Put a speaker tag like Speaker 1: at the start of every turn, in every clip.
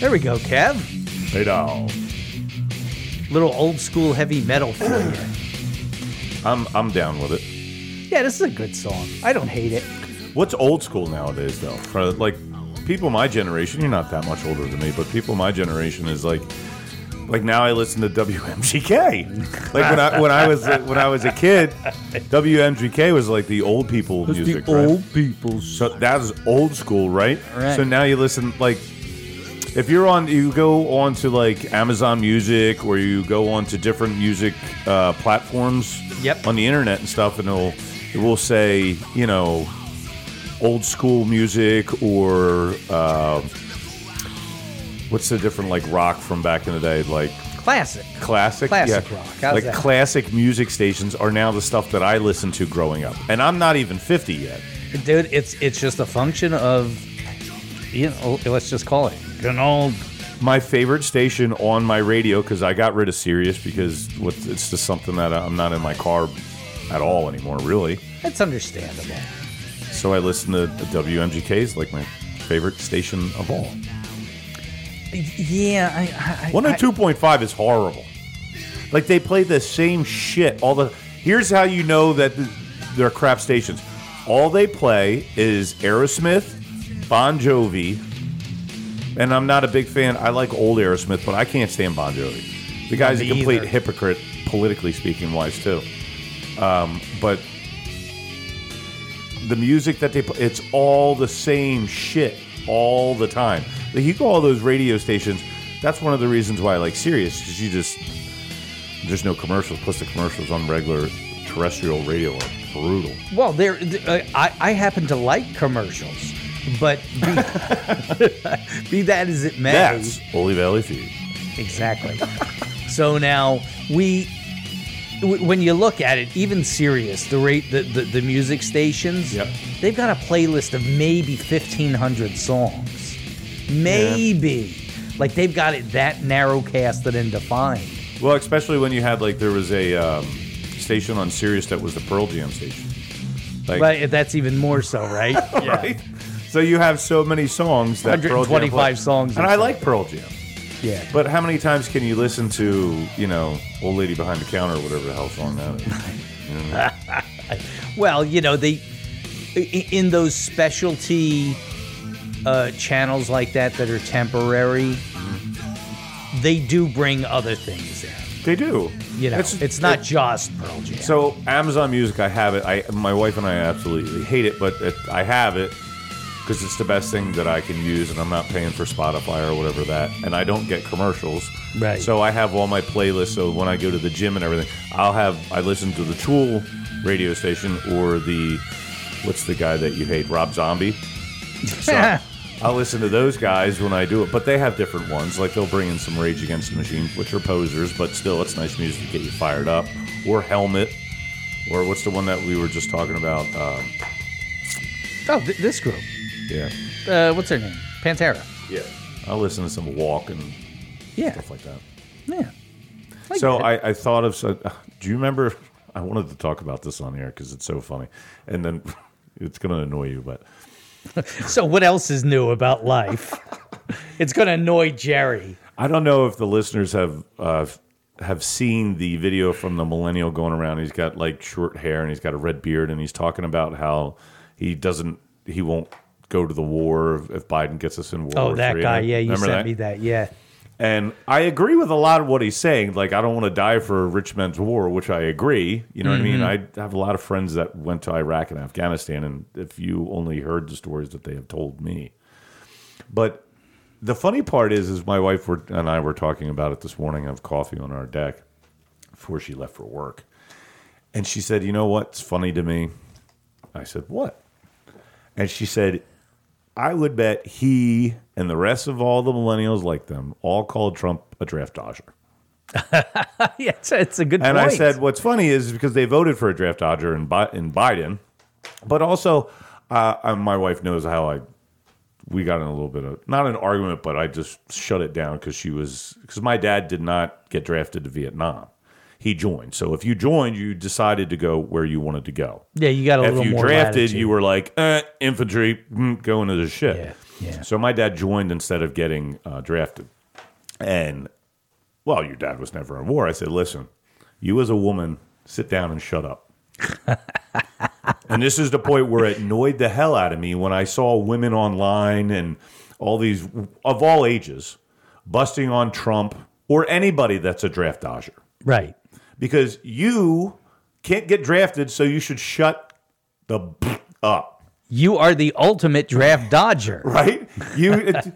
Speaker 1: There we go, Kev.
Speaker 2: Hey, doll.
Speaker 1: Little old school heavy metal for you.
Speaker 2: I'm I'm down with it.
Speaker 1: Yeah, this is a good song. I don't hate it.
Speaker 2: What's old school nowadays, though? For like people my generation, you're not that much older than me, but people my generation is like, like now I listen to WMGK. Like when I when I was when I was a kid, WMGK was like the old people music. right?
Speaker 1: people.
Speaker 2: So that is old school, right?
Speaker 1: Right.
Speaker 2: So now you listen like if you're on you go on to like Amazon Music or you go on to different music uh, platforms
Speaker 1: Yep.
Speaker 2: on the internet and stuff and it'll it will say, you know, old school music or uh, what's the different like rock from back in the day like
Speaker 1: Classic.
Speaker 2: classic
Speaker 1: Classic
Speaker 2: yeah.
Speaker 1: rock. How's
Speaker 2: like
Speaker 1: that?
Speaker 2: classic music stations are now the stuff that I listened to growing up. And I'm not even 50 yet.
Speaker 1: Dude, it's it's just a function of, you know, let's just call it. An old.
Speaker 2: my favorite station on my radio because I got rid of Sirius because what, it's just something that I'm not in my car at all anymore, really.
Speaker 1: That's understandable.
Speaker 2: So I listen to the WMGK's like my favorite station of all.
Speaker 1: Yeah, I. I
Speaker 2: One
Speaker 1: I,
Speaker 2: and two point five is horrible. Like they play the same shit. All the here's how you know that th- they're crap stations. All they play is Aerosmith, Bon Jovi, and I'm not a big fan. I like old Aerosmith, but I can't stand Bon Jovi. The guy's a
Speaker 1: me
Speaker 2: complete
Speaker 1: either.
Speaker 2: hypocrite, politically speaking, wise too. Um, but the music that they play, it's all the same shit all the time. Like you go all those radio stations. That's one of the reasons why I like Sirius because you just there's no commercials. Plus the commercials on regular terrestrial radio are brutal.
Speaker 1: Well, there, th- uh, I, I happen to like commercials, but be, be that as it may,
Speaker 2: That's Holy Valley Feed.
Speaker 1: exactly. so now we, w- when you look at it, even Sirius, the rate, the, the, the music stations,
Speaker 2: Yep.
Speaker 1: they've got a playlist of maybe fifteen hundred songs, maybe. Like they've got it that narrow casted and defined.
Speaker 2: Well, especially when you had like there was a um, station on Sirius that was the Pearl Jam station. Like,
Speaker 1: But that's even more so, right? yeah.
Speaker 2: right? So you have so many songs that Pearl Jam
Speaker 1: 125
Speaker 2: plays.
Speaker 1: songs
Speaker 2: and
Speaker 1: or
Speaker 2: I like Pearl Jam.
Speaker 1: Yeah.
Speaker 2: But how many times can you listen to, you know, Old Lady Behind the Counter or whatever the hell song that is?
Speaker 1: Well, you know, they i- in those specialty uh, channels like that that are temporary, they do bring other things in.
Speaker 2: They do.
Speaker 1: You know, it's, not
Speaker 2: it-
Speaker 1: just Pearl Jam.
Speaker 2: so Amazon Music, I have it. I my wife and I absolutely hate it, but it, I have it because it's the best thing that I can use, and I'm not paying for Spotify or whatever that, and I don't get commercials.
Speaker 1: Right.
Speaker 2: So I have all my playlists. So when I go to the gym and everything, I'll have I listen to the Tool radio station or the what's the guy that you hate, Rob Zombie. So I'll listen to those guys when I do it, but they have different ones. Like they'll bring in some Rage Against the Machine, which are posers, but still, it's nice music to get you fired up. Or Helmet, or what's the one that we were just talking about? Um,
Speaker 1: oh, th- this group.
Speaker 2: yeah,
Speaker 1: Uh, what's their name? Pantera.
Speaker 2: yeah. I'll listen to some Walk and
Speaker 1: Yeah.
Speaker 2: stuff like that.
Speaker 1: Yeah. I
Speaker 2: so
Speaker 1: get it.
Speaker 2: I, I thought of. so- Do you remember? I wanted to talk about this on air because it's so funny, and then it's going to annoy you, but.
Speaker 1: so what else is new about life? it's going to annoy Jerry.
Speaker 2: I don't know if the listeners have uh, have seen the video from the millennial going around. He's got like short hair and he's got a red beard and he's talking about how he doesn't he won't go to the war if- if Biden gets us in World
Speaker 1: Oh,
Speaker 2: War
Speaker 1: that
Speaker 2: III.
Speaker 1: guy. Yeah, you
Speaker 2: Remember
Speaker 1: sent me that. Yeah.
Speaker 2: And I agree with a lot of what he's saying. Like I don't want to die for rich men's war, which I agree. You know what I mean? I have a lot of friends that went to Iraq and Afghanistan, and if you only heard the stories that they have told me, but the funny part is, is my wife were, and I were talking about it this morning of coffee on our deck before she left for work. And she said, You know what's funny to me? I said, What? And she said, I would bet he and the rest of all the millennials like them all called Trump a draft dodger.
Speaker 1: yeah, it's a, it's a good
Speaker 2: And
Speaker 1: point.
Speaker 2: I said, what's funny is because they voted for a draft dodger in, Bi- in Biden, but also Uh, I, my wife knows how I. We got in a little bit of not an argument, but I just shut it down because she was because my dad did not get drafted to Vietnam. He joined. So if you joined, you decided to go where you wanted to go.
Speaker 1: Yeah, you got a
Speaker 2: if
Speaker 1: little
Speaker 2: you
Speaker 1: more
Speaker 2: drafted,
Speaker 1: latitude.
Speaker 2: you were like eh, infantry, mm, go into the ship.
Speaker 1: Yeah, yeah.
Speaker 2: So my dad joined instead of getting uh, drafted, and well, your dad was never in war. I said, listen, you as a woman, sit down and shut up. and this is the point where it annoyed the hell out of me when I saw women online and all these of all ages busting on Trump or anybody that's a draft dodger
Speaker 1: right.
Speaker 2: because you can't get drafted, so you should shut the b- up,
Speaker 1: You are the ultimate draft dodger.
Speaker 2: right? You it,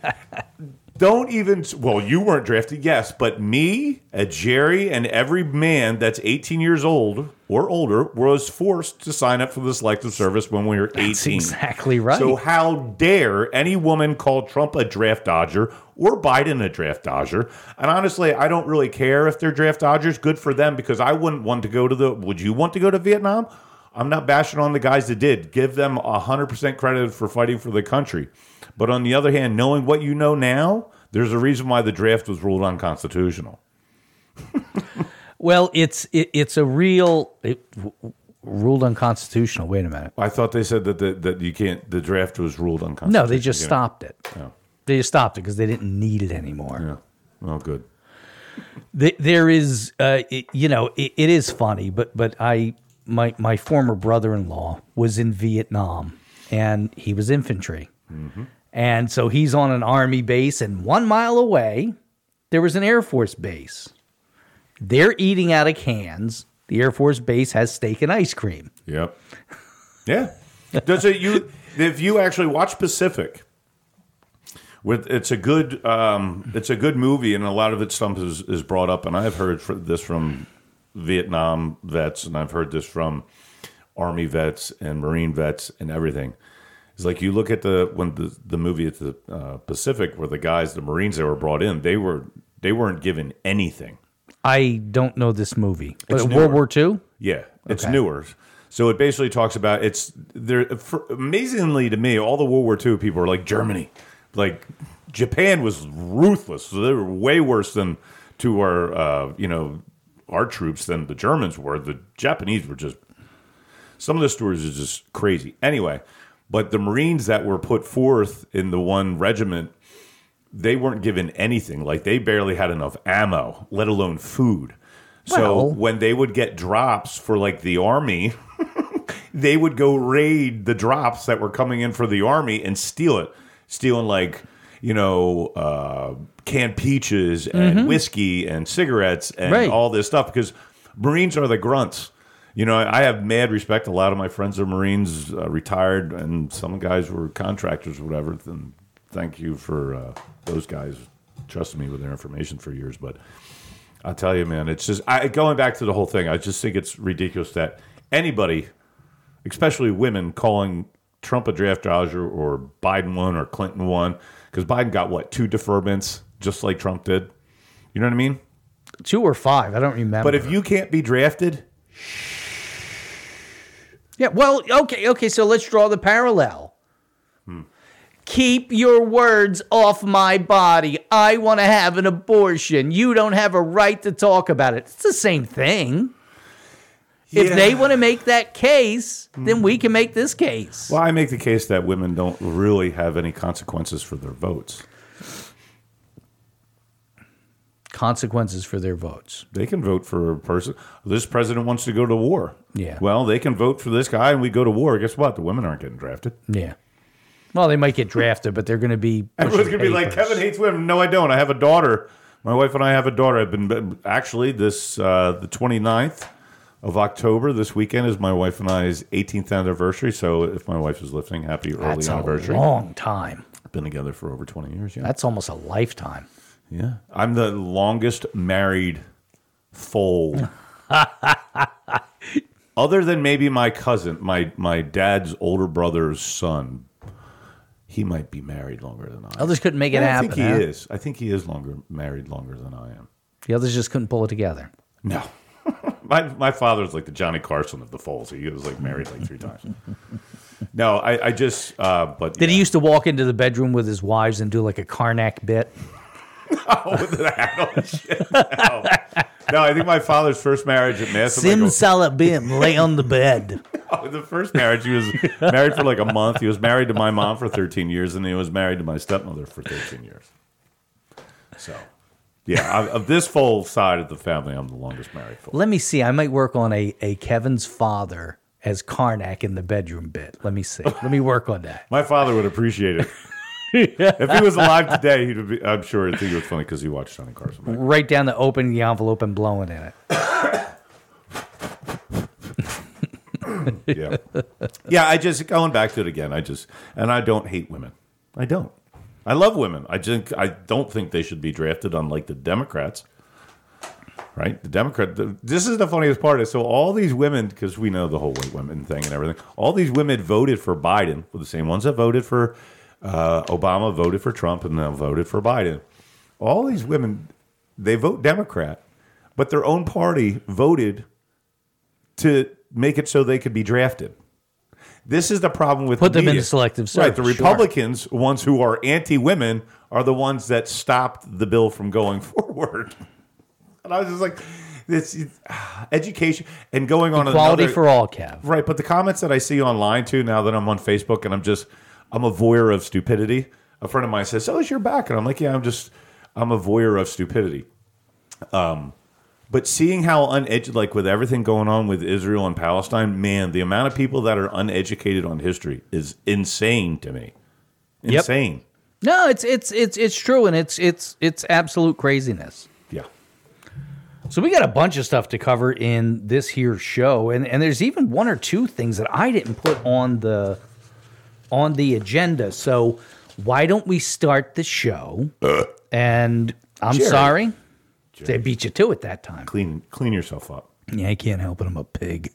Speaker 2: don't even. Well, you weren't drafted, yes, but me, a Jerry, and every man that's 18 years old or older was forced to sign up for the selective service when we were 18.
Speaker 1: That's exactly right.
Speaker 2: So how dare any woman call Trump a draft dodger or Biden a draft dodger? And honestly, I don't really care if they're draft dodgers. Good for them because I wouldn't want to go to the. Would you want to go to Vietnam? I'm not bashing on the guys that did. Give them 100% credit for fighting for the country. But on the other hand, knowing what you know now, there's a reason why the draft was ruled unconstitutional.
Speaker 1: well, it's it, it's a real it, w- w- ruled unconstitutional. Wait a minute.
Speaker 2: I thought they said that the, that you can't. The draft was ruled unconstitutional.
Speaker 1: No, they just
Speaker 2: You know?
Speaker 1: stopped it. They just stopped it because they didn't need it anymore.
Speaker 2: Yeah. Oh, good.
Speaker 1: Th there is, uh, it, you know, it, it is funny, but but I my my former brother-in-law was in Vietnam, and he was infantry,
Speaker 2: Mm-hmm.
Speaker 1: and so he's on an army base, and one mile away there was an air force base. They're eating out of cans. The air force base has steak and ice cream.
Speaker 2: Yep. Yeah. Does it you if you actually watch Pacific with it's a good um, it's a good movie and a lot of its stuff is, is brought up and I've heard fr- this from Vietnam vets and I've heard this from army vets and marine vets and everything. It's like you look at the when the, the movie at the uh, Pacific where the guys the Marines that were brought in they were they weren't given anything.
Speaker 1: I don't know this movie. But
Speaker 2: newer.
Speaker 1: World War II.
Speaker 2: Yeah, it's
Speaker 1: Okay.
Speaker 2: newer. So it basically talks about it's there. For, amazingly to me, all the World War II people are like Germany, like Japan was ruthless. So they were way worse than to our uh, you know our troops than the Germans were. The Japanese were just some of the stories are just crazy. Anyway, but the Marines that were put forth in the one regiment they weren't given anything. Like they barely had enough ammo, let alone food. so
Speaker 1: Well-
Speaker 2: when they would get drops for like the army, they would go raid the drops that were coming in for the army and steal it, stealing like you know uh, canned peaches and whiskey and cigarettes and
Speaker 1: Right.
Speaker 2: all this stuff because Marines are the grunts. You know, I have mad respect. A lot of my friends are Marines, uh, retired, and some guys were contractors, or whatever. And thank you for uh, those guys trusting me with their information for years. But I tell you, man, it's just I, going back to the whole thing. I just think it's ridiculous that anybody, especially women, calling Trump a draft dodger or Biden one or Clinton one, because Biden got what two deferments, just like Trump did. You know what I mean?
Speaker 1: Two or five, I don't remember.
Speaker 2: But if you can't be drafted,
Speaker 1: Yeah, well, okay, okay, so let's draw the parallel.
Speaker 2: Hmm.
Speaker 1: Keep your words off my body. I want to have an abortion. You don't have a right to talk about it. It's the same thing. If
Speaker 2: Yeah. Hmm.
Speaker 1: they want to make that case, then we can make this case.
Speaker 2: Well, I make the case that women don't really have any consequences for their votes.
Speaker 1: Consequences for their votes.
Speaker 2: They can vote for a person. This president wants to go to war.
Speaker 1: Yeah.
Speaker 2: Well, they can vote for this guy and we go to war. Guess what? The women aren't getting drafted.
Speaker 1: Yeah. Well, they might get drafted, but they're going to be.
Speaker 2: Everyone's
Speaker 1: pushing
Speaker 2: going to be like,
Speaker 1: papers.
Speaker 2: Kevin hates women. No, I don't. I have a daughter. My wife and I have a daughter. I've been actually this uh, the 29th of October this weekend is my wife and I's 18th anniversary. So if my wife is listening, happy early
Speaker 1: That's a
Speaker 2: anniversary.
Speaker 1: long time.
Speaker 2: Been together for over 20 years. Yeah.
Speaker 1: That's almost a lifetime.
Speaker 2: Yeah. I'm the longest married foal. Other than maybe my cousin, my my dad's older brother's son, he might be married longer than I. am.
Speaker 1: Others couldn't make it
Speaker 2: I
Speaker 1: happen.
Speaker 2: think he
Speaker 1: huh?
Speaker 2: is. I think he is longer married longer than I am.
Speaker 1: The others just couldn't pull it together.
Speaker 2: No. my my father's like the Johnny Carson of the foals. He was like married like three times. No, I, I just, uh, but
Speaker 1: Did he used to walk into the bedroom with his wives and do like a Karnak bit?
Speaker 2: no, I think my father's first marriage at mass. I'm
Speaker 1: Sim
Speaker 2: like,
Speaker 1: Salabim, lay on the bed.
Speaker 2: oh, the first marriage, he was married for like a month. He was married to my mom for 13 years, and he was married to my stepmother for 13 years. So, yeah, I, of this full side of the family, I'm the longest married for.
Speaker 1: Let me see. I might work on a, a Kevin's father as Karnak in the bedroom bit. Let me see. Let me work on that.
Speaker 2: My father would appreciate it. if he was alive today, he'd be, I'm sure he'd think it was funny because he watched Johnny Carson. Back.
Speaker 1: Right down the opening the envelope and blowing in it.
Speaker 2: yeah. Yeah, I just going back to it again. I just and I don't hate women. I don't. I love women. I just I don't think they should be drafted unlike the Democrats. Right? The Democrat the, this is the funniest part is so all these women cuz we know the whole white women thing and everything. All these women voted for Biden, were the same ones that voted for uh, Obama, voted for Trump and then voted for Biden. All these women they vote Democrat, but their own party voted to make it so they could be drafted. This is the problem with
Speaker 1: Put
Speaker 2: the
Speaker 1: them in
Speaker 2: media.
Speaker 1: selective
Speaker 2: Right, the
Speaker 1: service, sure.
Speaker 2: Republicans, ones who are anti-women, are the ones that stopped the bill from going forward. And I was just like, this is- education and going on
Speaker 1: Quality
Speaker 2: another,
Speaker 1: for all, Kev.
Speaker 2: Right, but the comments that I see online too now that I'm on Facebook and I'm just I'm a voyeur of stupidity. A friend of mine says, "Oh, it's your back," and I'm like, "Yeah, I'm just I'm a voyeur of stupidity." Um, but seeing how uneducated, like with everything going on with Israel and Palestine, man, the amount of people that are uneducated on history is insane to me. Insane.
Speaker 1: No, it's it's it's it's true and it's it's it's absolute craziness.
Speaker 2: Yeah.
Speaker 1: So we got a bunch of stuff to cover in this here show, and and there's even one or two things that I didn't put on the on the agenda. So why don't we start the show? and I'm
Speaker 2: Jerry.
Speaker 1: sorry, they beat you to it that time.
Speaker 2: Clean clean yourself up.
Speaker 1: Yeah, I can't help it. I'm a pig.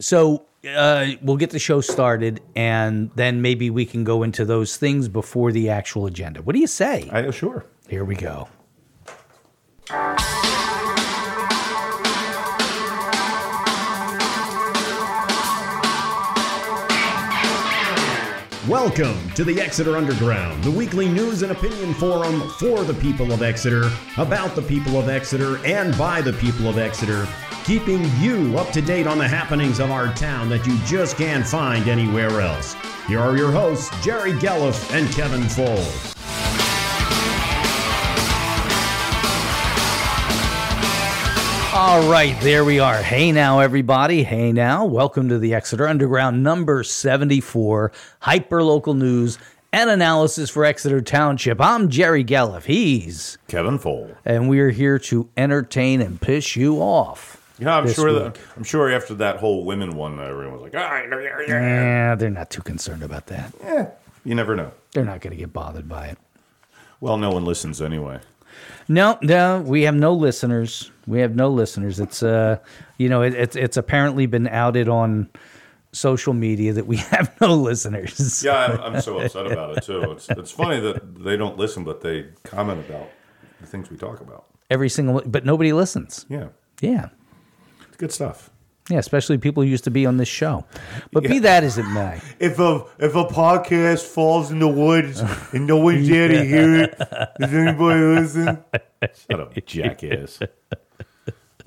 Speaker 1: So uh, we'll get the show started, and then maybe we can go into those things before the actual agenda. What do you say?
Speaker 2: I sure.
Speaker 1: Here we go.
Speaker 3: Welcome to the Exeter Underground, the weekly news and opinion forum for the people of Exeter, about the people of Exeter, and by the people of Exeter, keeping you up to date on the happenings of our town that you just can't find anywhere else. Here are your hosts, Jerry Gelliff and Kevin Foles.
Speaker 1: All right, there we are. Hey now, everybody. Hey now. Welcome to the Exeter Underground number 74, hyper local news and analysis for Exeter Township. I'm Jerry Gelliff. He's,
Speaker 2: Kevin Fole.
Speaker 1: and we're here to entertain and piss you off.
Speaker 2: You know, I'm
Speaker 1: This
Speaker 2: sure
Speaker 1: week.
Speaker 2: that I'm sure after that whole women one, everyone was like, all right, yeah, yeah, yeah."
Speaker 1: Yeah, Eh, they're not too concerned about that.
Speaker 2: you never know.
Speaker 1: They're not going to get bothered by it.
Speaker 2: Well, no one listens anyway.
Speaker 1: No, no, we have no listeners. We have no listeners. It's uh, you know, it, it's it's apparently been outed on social media that we have no listeners.
Speaker 2: Yeah, I'm, I'm so upset about it too. It's, it's funny that they don't listen, but they comment about the things we talk about.
Speaker 1: every single but nobody listens
Speaker 2: Yeah,
Speaker 1: yeah
Speaker 2: it's good stuff.
Speaker 1: yeah especially people who used to be on this show but be that as it may
Speaker 2: If a if a podcast falls in the woods and no one's there to hear it, does anybody listen? Shut up, jackass!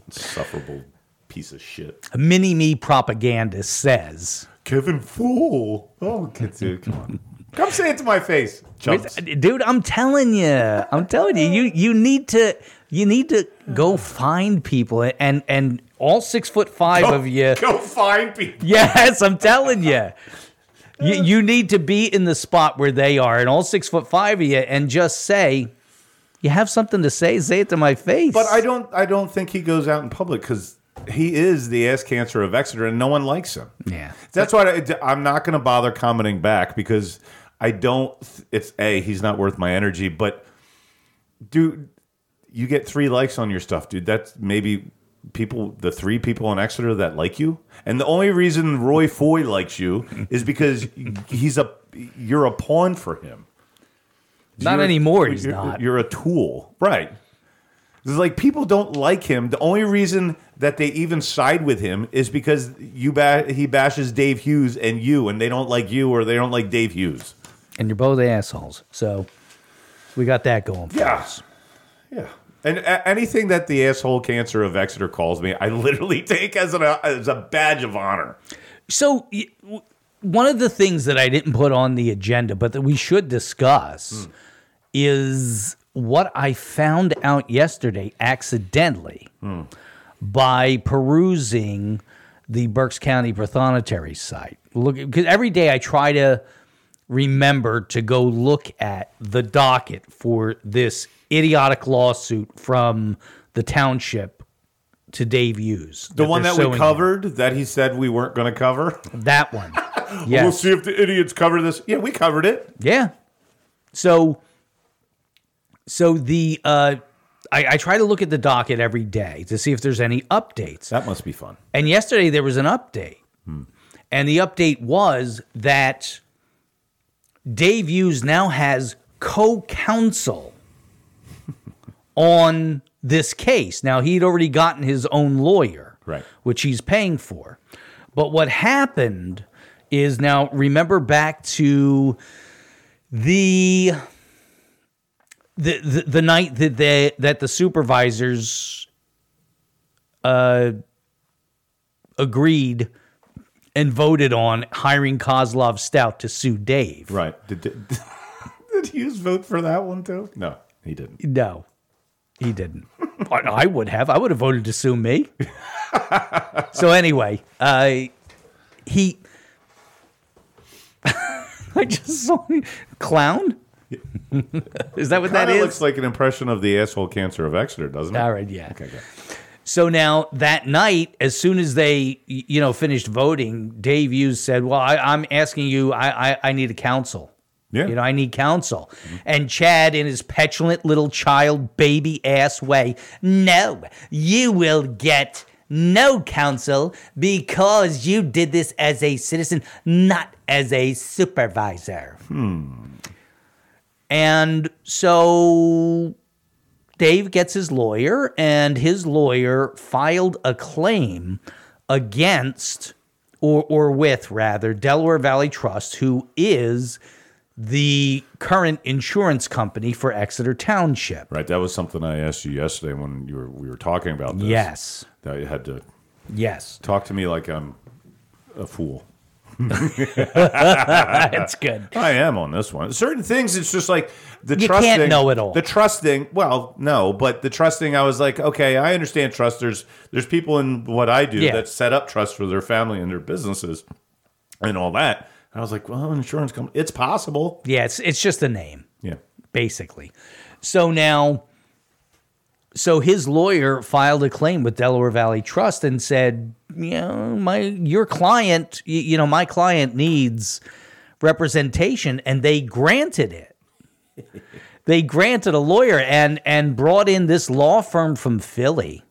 Speaker 2: Insufferable piece of shit.
Speaker 1: mini me propaganda says
Speaker 2: Kevin Fool. Oh, get to come on. Come say it to my face. Chumps.
Speaker 1: dude i'm telling you i'm telling you you you need to you need to go find people and and all six foot five of you
Speaker 2: Go find people.
Speaker 1: yes i'm telling you you, you need to be in the spot where they are and all six foot five of you and just say you have something to say say it to my face
Speaker 2: But I don't. I don't think he goes out in public because he is the ass cancer of Exeter, and no one likes him.
Speaker 1: yeah
Speaker 2: That's why I, am not going to bother commenting back because I don't. It's a he's not worth my energy. But dude, you get three likes on your stuff, dude. That's maybe people, the three people in Exeter that like you, and the only reason Roy Foy likes you is because he's a you're a pawn for him.
Speaker 1: not
Speaker 2: You're-
Speaker 1: anymore he's
Speaker 2: you're-
Speaker 1: not
Speaker 2: You're a tool, right? It's like people don't like him. The only reason that they even side with him is because you ba- he bashes Dave Hughes and you, and they don't like you or they don't like Dave Hughes.
Speaker 1: and you're both assholes. So we got that going for
Speaker 2: Yeah.
Speaker 1: us.
Speaker 2: Yeah. And a- anything that the asshole cancer of Exeter calls me, I literally take as, an, as a badge of honor.
Speaker 1: So, y- w- one of the things that I didn't put on the agenda, but that we should
Speaker 2: Hmm.
Speaker 1: discuss, is what I found out yesterday accidentally
Speaker 2: Hmm.
Speaker 1: by perusing the Berks County Prothonotary site. Look, because every day I try to remember to go look at the docket for this idiotic lawsuit from the township to Dave Hughes.
Speaker 2: The one
Speaker 1: they're
Speaker 2: that we
Speaker 1: suing him.
Speaker 2: covered that he said we weren't going to cover.
Speaker 1: That one.
Speaker 2: We'll
Speaker 1: Yes.
Speaker 2: see if the idiots cover this. Yeah, we covered it.
Speaker 1: Yeah. So so the uh I, I try to look at the docket every day to see if there's any updates.
Speaker 2: That must be fun.
Speaker 1: And yesterday there was an update. And the update was that Dave Hughes now has co counsel on this case. Now, he'd already gotten his own lawyer,
Speaker 2: Right.
Speaker 1: which he's paying for. But what happened is now, remember back to the. The, the, the night that they, that the supervisors uh, agreed and voted on hiring Kozlov Stout to sue Dave.
Speaker 2: Right. Did, did, did Hughes vote for that one too? No, he didn't.
Speaker 1: No, he didn't. I, I would have. I would have voted to sue me. so anyway, uh, he. I just saw clown. Is that what that
Speaker 2: That
Speaker 1: is?
Speaker 2: looks like an impression of the asshole cancer of Exeter, doesn't it?
Speaker 1: All right, yeah.
Speaker 2: Okay, good.
Speaker 1: So now that night, as soon as they y- you know finished voting, Dave Hughes said, "Well, I, I'm asking you. I, I I need a counsel.
Speaker 2: Yeah.
Speaker 1: you know, I need counsel." And Chad, in his petulant little child baby ass way, "No, you will get." No counsel because you did this as a citizen, not as a supervisor. And so Dave gets his lawyer, and his lawyer filed a claim against, or, or with rather, Delaware Valley Trust, who is the current insurance company for Exeter Township.
Speaker 2: Right. That was something I asked you yesterday when you were we were talking about this.
Speaker 1: Yes,
Speaker 2: That you had to
Speaker 1: yes,
Speaker 2: talk to me like I'm a fool.
Speaker 1: that's good.
Speaker 2: I am on this one. Certain things, it's just like the
Speaker 1: You
Speaker 2: trust
Speaker 1: can't
Speaker 2: thing-
Speaker 1: know it all.
Speaker 2: The trust thing, well, no, but the trust thing, I was like, okay, I understand trust. There's, there's people in what I do
Speaker 1: Yeah.
Speaker 2: that set up trust for their family and their businesses and all that. And I was like, well, insurance company, it's possible.
Speaker 1: Yeah, it's it's just a name.
Speaker 2: Yeah.
Speaker 1: basically. So now, so his lawyer filed a claim with Delaware Valley Trust and said, you know, my your client, y- you know, my client needs representation, and they granted it. they granted a lawyer and and brought in this law firm from Philly.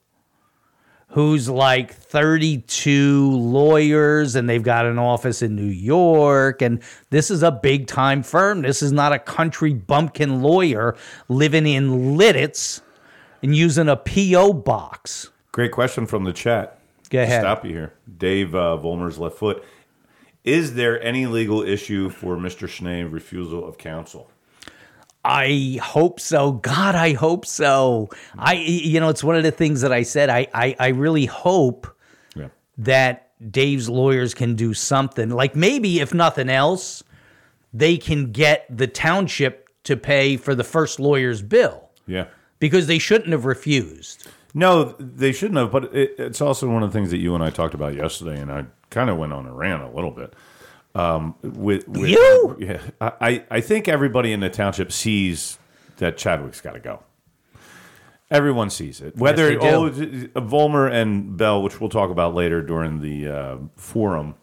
Speaker 1: Who's like 32 lawyers, and they've got an office in New York. And this is a big time firm. This is not a country bumpkin lawyer living in Lidditz and using a P.O. box.
Speaker 2: Great question from the chat.
Speaker 1: Go ahead.
Speaker 2: Stop you here. Dave uh, Volmer's left foot. Is there any legal issue for Mr. Schnee's refusal of counsel?
Speaker 1: I hope so. God, I hope so. I, you know, it's one of the things that I said. I, I, I really hope
Speaker 2: Yeah.
Speaker 1: that Dave's lawyers can do something. Like maybe, if nothing else, they can get the township to pay for the first lawyer's bill
Speaker 2: Yeah.
Speaker 1: because they shouldn't have refused.
Speaker 2: No, they shouldn't have. But it, it's also one of the things that you and I talked about yesterday, and I kind of went on a rant a little bit. Um, with, with
Speaker 1: You?
Speaker 2: yeah, I, I- I think everybody in the township sees that Chadwick's got to go. Everyone sees it.
Speaker 1: they
Speaker 2: Whether
Speaker 1: do.
Speaker 2: oh, Volmer and Bell, which we'll talk about later during the uh, forum,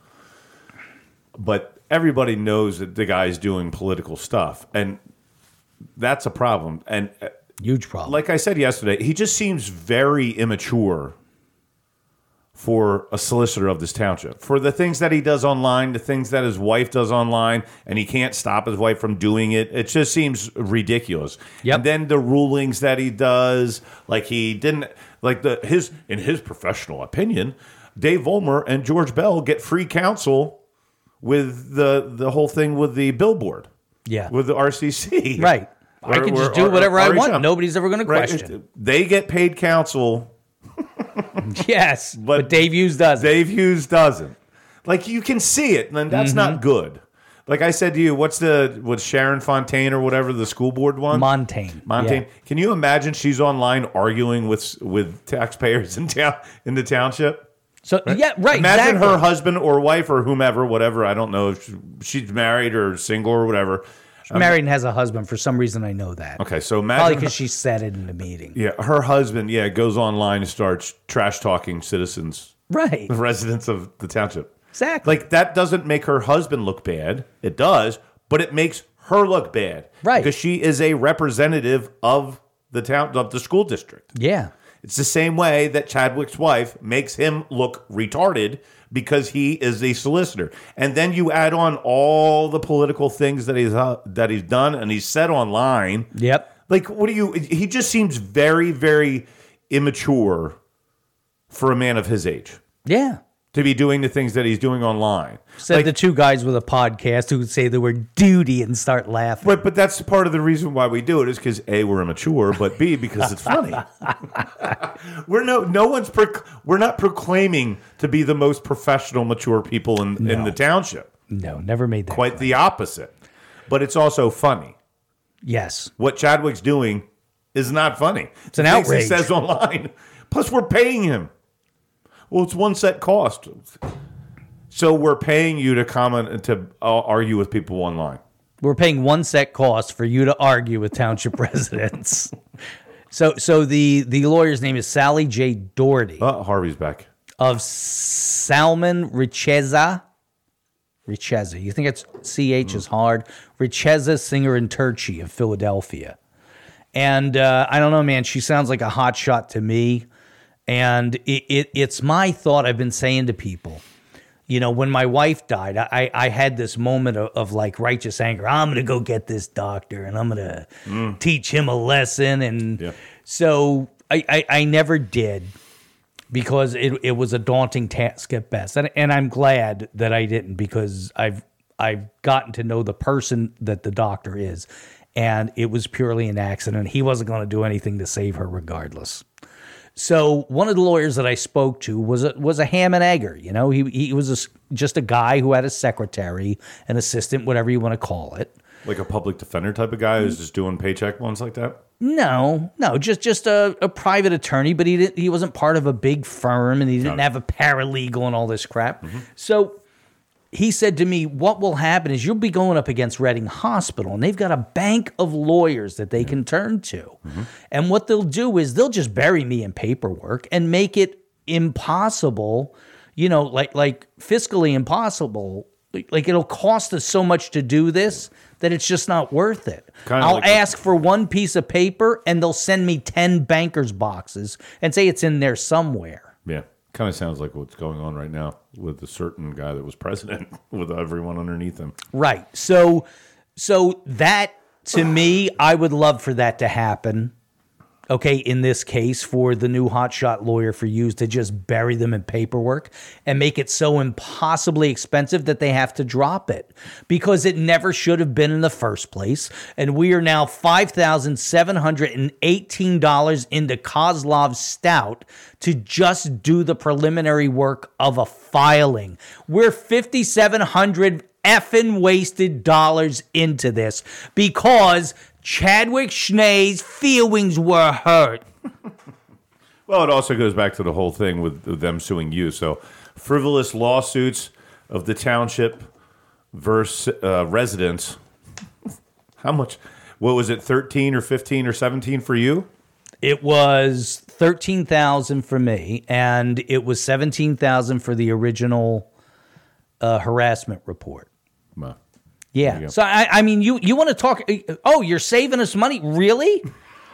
Speaker 2: but everybody knows that the guy's doing political stuff, and that's a problem. And uh,
Speaker 1: Huge problem.
Speaker 2: like I said yesterday, he just seems very immature for a solicitor of this township for the things that he does online, the things that his wife does online, and he can't stop his wife from doing it. It just seems ridiculous.
Speaker 1: Yep.
Speaker 2: And then the rulings that he does, like he didn't like the his in his professional opinion, Dave Ulmer and George Bell get free counsel with the the whole thing with the billboard.
Speaker 1: Yeah.
Speaker 2: With the RCC.
Speaker 1: Right. I
Speaker 2: Or-
Speaker 1: can just
Speaker 2: or-
Speaker 1: do
Speaker 2: or-
Speaker 1: whatever I
Speaker 2: or
Speaker 1: want.
Speaker 2: RHM.
Speaker 1: Nobody's ever gonna
Speaker 2: Right.
Speaker 1: question.
Speaker 2: They get paid counsel.
Speaker 1: Yes, but, Dave Hughes does. it.
Speaker 2: Dave Hughes doesn't. Like you can see it, and that's
Speaker 1: Mm-hmm.
Speaker 2: not good. Like I said to you, what's the what's Sharon Fontaine or whatever the school board one?
Speaker 1: Montaigne.
Speaker 2: Montaigne.
Speaker 1: Yeah.
Speaker 2: Can you imagine she's online arguing with with taxpayers in town in the township?
Speaker 1: So yeah, right.
Speaker 2: Imagine
Speaker 1: exactly.
Speaker 2: her husband or wife or whomever, whatever. I don't know if she- she's married or single or whatever.
Speaker 1: married and has a husband. For some reason, I know that.
Speaker 2: Okay, so
Speaker 1: Probably
Speaker 2: imagine
Speaker 1: because she said it in the meeting.
Speaker 2: yeah, her husband yeah goes online and starts trash talking citizens,
Speaker 1: Right.
Speaker 2: the residents of the township.
Speaker 1: Exactly.
Speaker 2: Like that doesn't make her husband look bad. It does, but it makes her look bad.
Speaker 1: Right.
Speaker 2: Because she is a representative of the town of the school district.
Speaker 1: yeah.
Speaker 2: It's the same way that Chadwick's wife makes him look retarded because he is a solicitor. And then you add on all the political things that he's uh, that he's done and he's said online.
Speaker 1: Yep.
Speaker 2: Like what do you he just seems very very immature for a man of his age
Speaker 1: Yeah.
Speaker 2: to be doing the things that he's doing online.
Speaker 1: Said the two guys with a podcast who would say the word duty and start laughing.
Speaker 2: But but that's part of the reason why we do it is because a we're immature, but b because it's funny. we're no no one's proc- we're not proclaiming to be the most professional, mature people in in the township.
Speaker 1: No, never made that.
Speaker 2: Quite the opposite. But it's also funny.
Speaker 1: Yes.
Speaker 2: What Chadwick's doing is not funny. It's
Speaker 1: an outrage.
Speaker 2: He says online. Plus, we're paying him. Well, it's one set cost. So we're paying you to comment to uh, argue with people online.
Speaker 1: We're paying one set cost for you to argue with township residents. So so the the lawyer's name is Sally J. Doherty
Speaker 2: Uh, Harvey's back.
Speaker 1: of Salmon Richeza. Richeza. You think it's CH is hard. Richeza Singer and Turchi of Philadelphia. And uh, I don't know, man. She sounds like a hot shot to me. And it, it, it's my thought I've been saying to people. You know, when my wife died, I, I I had this moment of, of like righteous anger. I'm going to go get this doctor and I'm going to teach him a lesson. And
Speaker 2: Yeah.
Speaker 1: so I, I, I never did because it, it was a daunting task at best. And, and I'm glad that I didn't because I've I've gotten to know the person that the doctor is. And it was purely an accident. He wasn't going to do anything to save her regardless. So one of the lawyers that I spoke to was a, was a ham and egger. You know, he, he was a s just a guy who had a secretary, an assistant, whatever you want to call it.
Speaker 2: like a public defender type of guy who's just doing paycheck ones like that.
Speaker 1: No, no, just just a, a private attorney, but he didn't. He wasn't part of a big firm, and he didn't have a paralegal and all this crap. So he said to me, "What will happen is you'll be going up against Reading Hospital, and they've got a bank of lawyers that they can turn to,
Speaker 2: Mm-hmm.
Speaker 1: and what they'll do is they'll just bury me in paperwork and make it impossible, you know, like like fiscally impossible." Like like, it'll cost us so much to do this that it's just not worth it.
Speaker 2: Kinda
Speaker 1: I'll
Speaker 2: like what-
Speaker 1: ask ask for one piece of paper and they'll send me 10 bankers boxes and say it's in there somewhere.
Speaker 2: Yeah. Kind of sounds like what's going on right now with a certain guy that was president with everyone underneath him.
Speaker 1: Right. So so that to me I would love for that to happen. Okay, in this case for the new hotshot lawyer for Hughes to just bury them in paperwork and make it so impossibly expensive that they have to drop it because it never should have been in the first place and we are now $5,718 into Kozlov Stout to just do the preliminary work of a filing. We're 5700 effing wasted dollars into this because Chadwick Schnee's feelings were hurt.
Speaker 2: Well, it also goes back to the whole thing with them suing you. So, frivolous lawsuits of the township versus uh, residents. How much? What was it, 13 or 15 or 17 for you?
Speaker 1: It was 13,000 for me and it was 17,000 for the original uh, harassment report.
Speaker 2: No.
Speaker 1: uh, Yeah. So I, I mean, you you want to talk? Oh, you're saving us money, really?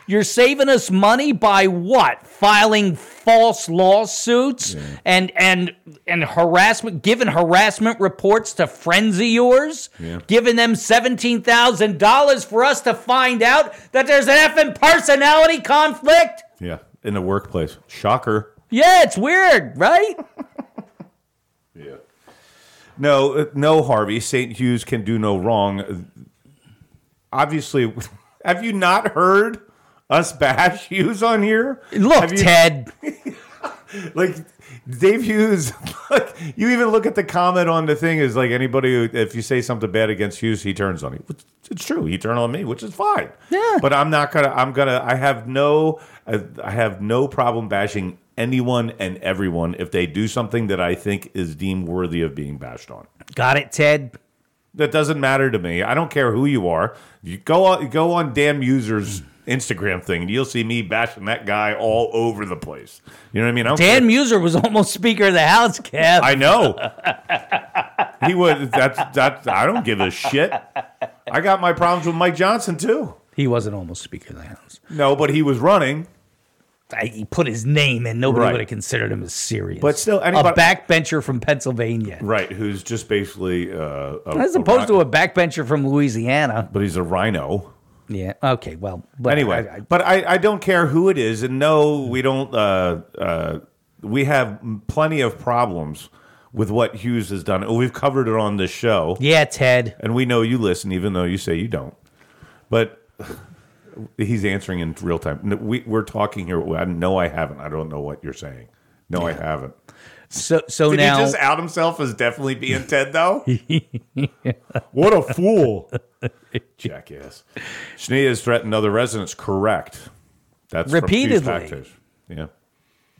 Speaker 1: You're saving us money by what? Filing false lawsuits and and and harassment, giving harassment reports to friends of yours,
Speaker 2: Yeah.
Speaker 1: giving them seventeen thousand dollars for us to find out that there's an effing personality conflict.
Speaker 2: Yeah, in the workplace. Shocker.
Speaker 1: Yeah, it's weird, right?
Speaker 2: Yeah. No, uh, no, Harvey. St. Hughes can do no wrong. Obviously, have you not heard us bash Hughes on here?
Speaker 1: Look,
Speaker 2: Have you-
Speaker 1: Ted.
Speaker 2: like Dave Hughes. Like, you even look at the comment on the thing is like anybody who, if you say something bad against Hughes, he turns on you. Which- It's true. He turned on me, which is fine.
Speaker 1: Yeah.
Speaker 2: But I'm not gonna. I'm gonna. I have no. I, I have no problem bashing anyone and everyone if they do something that I think is deemed worthy of being bashed on.
Speaker 1: Got it, Ted.
Speaker 2: That doesn't matter to me. I don't care who you are. You go on, go on damn users Instagram thing, and you'll see me bashing that guy all over the place. You know what I mean? I don't care.
Speaker 1: Dan Muser was almost Speaker of the House, Kev.
Speaker 2: I know. he would. That's that's. I don't give a shit. I got my problems with Mike Johnson too.
Speaker 1: he wasn't almost Speaker of the House.
Speaker 2: No, but he was running.
Speaker 1: I, he put his name in. Nobody
Speaker 2: Right.
Speaker 1: would have considered him as serious.
Speaker 2: But still, anybody-
Speaker 1: a backbencher from Pennsylvania,
Speaker 2: Right, who's just basically uh, a,
Speaker 1: as opposed to a backbencher from Louisiana.
Speaker 2: But he's a rhino.
Speaker 1: Yeah. Okay. Well. But
Speaker 2: anyway,
Speaker 1: I- I-
Speaker 2: but I, I don't care who it is, and no, we don't. Uh, uh, we have plenty of problems with what Hughes has done. We've covered it on this show,
Speaker 1: yeah, Ted.
Speaker 2: and we know you listen, even though you say you don't. But he's answering in real time. No, We, we're talking here. I know I haven't. I don't know what you're saying. No, I haven't.
Speaker 1: So so
Speaker 2: Did
Speaker 1: now
Speaker 2: he just out himself as definitely being Ted, though? What a fool. Jackass. Schnee has threatened other residents. Correct. That's from Hughes
Speaker 1: Repeatedly.
Speaker 2: Tactics. Yeah.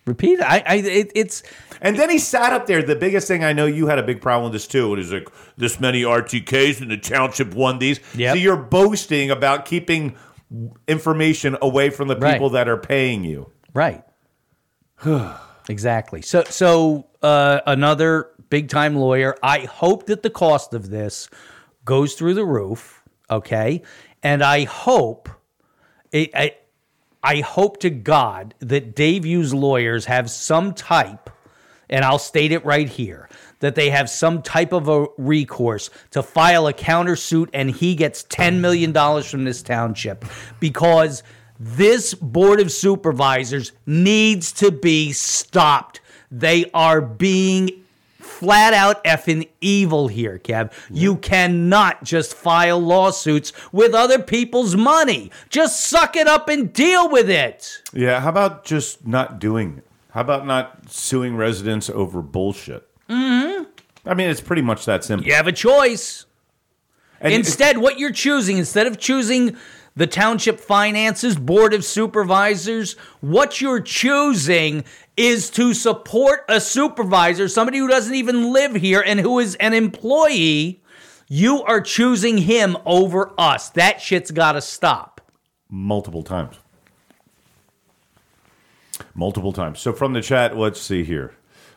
Speaker 1: repeat. I. I. It, it's.
Speaker 2: And then he sat up there. The biggest thing I know you had a big problem with this too. And he's like, this many RTKs and the township won these.
Speaker 1: Yep.
Speaker 2: So you're boasting about keeping information away from the
Speaker 1: Right.
Speaker 2: people that are paying you.
Speaker 1: Right. exactly. So so uh, another big time lawyer. I hope that the cost of this goes through the roof. Okay, and I hope I I, I hope to God that Dave Hughes lawyers have some type. And I'll state it right here that they have some type of a recourse to file a countersuit and he gets $10 million from this township because this board of supervisors needs to be stopped. They are being flat out effing evil here, Kev. You cannot just file lawsuits with other people's money. Just suck it up and deal with it.
Speaker 2: Yeah. How about just not doing it? How about not suing residents over bullshit? Mm-hmm. I mean, it's pretty much that simple.
Speaker 1: You have a choice.
Speaker 2: And
Speaker 1: Instead, what you're choosing, instead of choosing the township finances, board of supervisors, what you're choosing is to support a supervisor, somebody who doesn't even live here and who is an employee. You are choosing him over us. That shit's got to stop.
Speaker 2: multiple times. Multiple times. So from the chat, let's see here.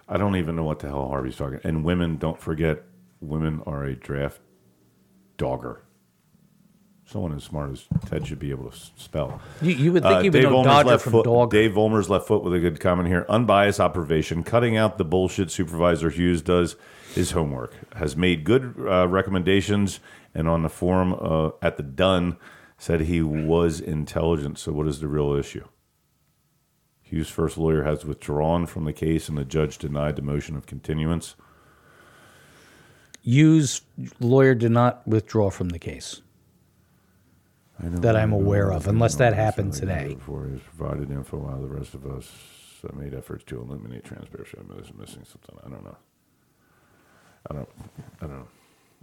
Speaker 2: I don't even know what the hell Harvey's talking. And women, don't forget, women are a draft dogger. Someone as smart as Ted should be able to s- spell.
Speaker 1: You, you would think
Speaker 2: Uh,
Speaker 1: you would know Dodger from
Speaker 2: foot.
Speaker 1: Dog.
Speaker 2: Dave Ulmer's left foot with a good comment here. Unbiased observation, cutting out the bullshit supervisor Hughes does his homework. Has made good uh, recommendations, and on the forum uh, at the Dunn said he was intelligent. So what is the real issue? Hughes' first lawyer has withdrawn from the case, and the judge denied the motion of continuance.
Speaker 1: Hughes' lawyer did not withdraw from the case that I'm aware of, unless that happened today.
Speaker 2: Before he's provided info while the rest of us uh, made efforts to eliminate transparency. I'm mis- missing something. I don't know. I don't. I don't know.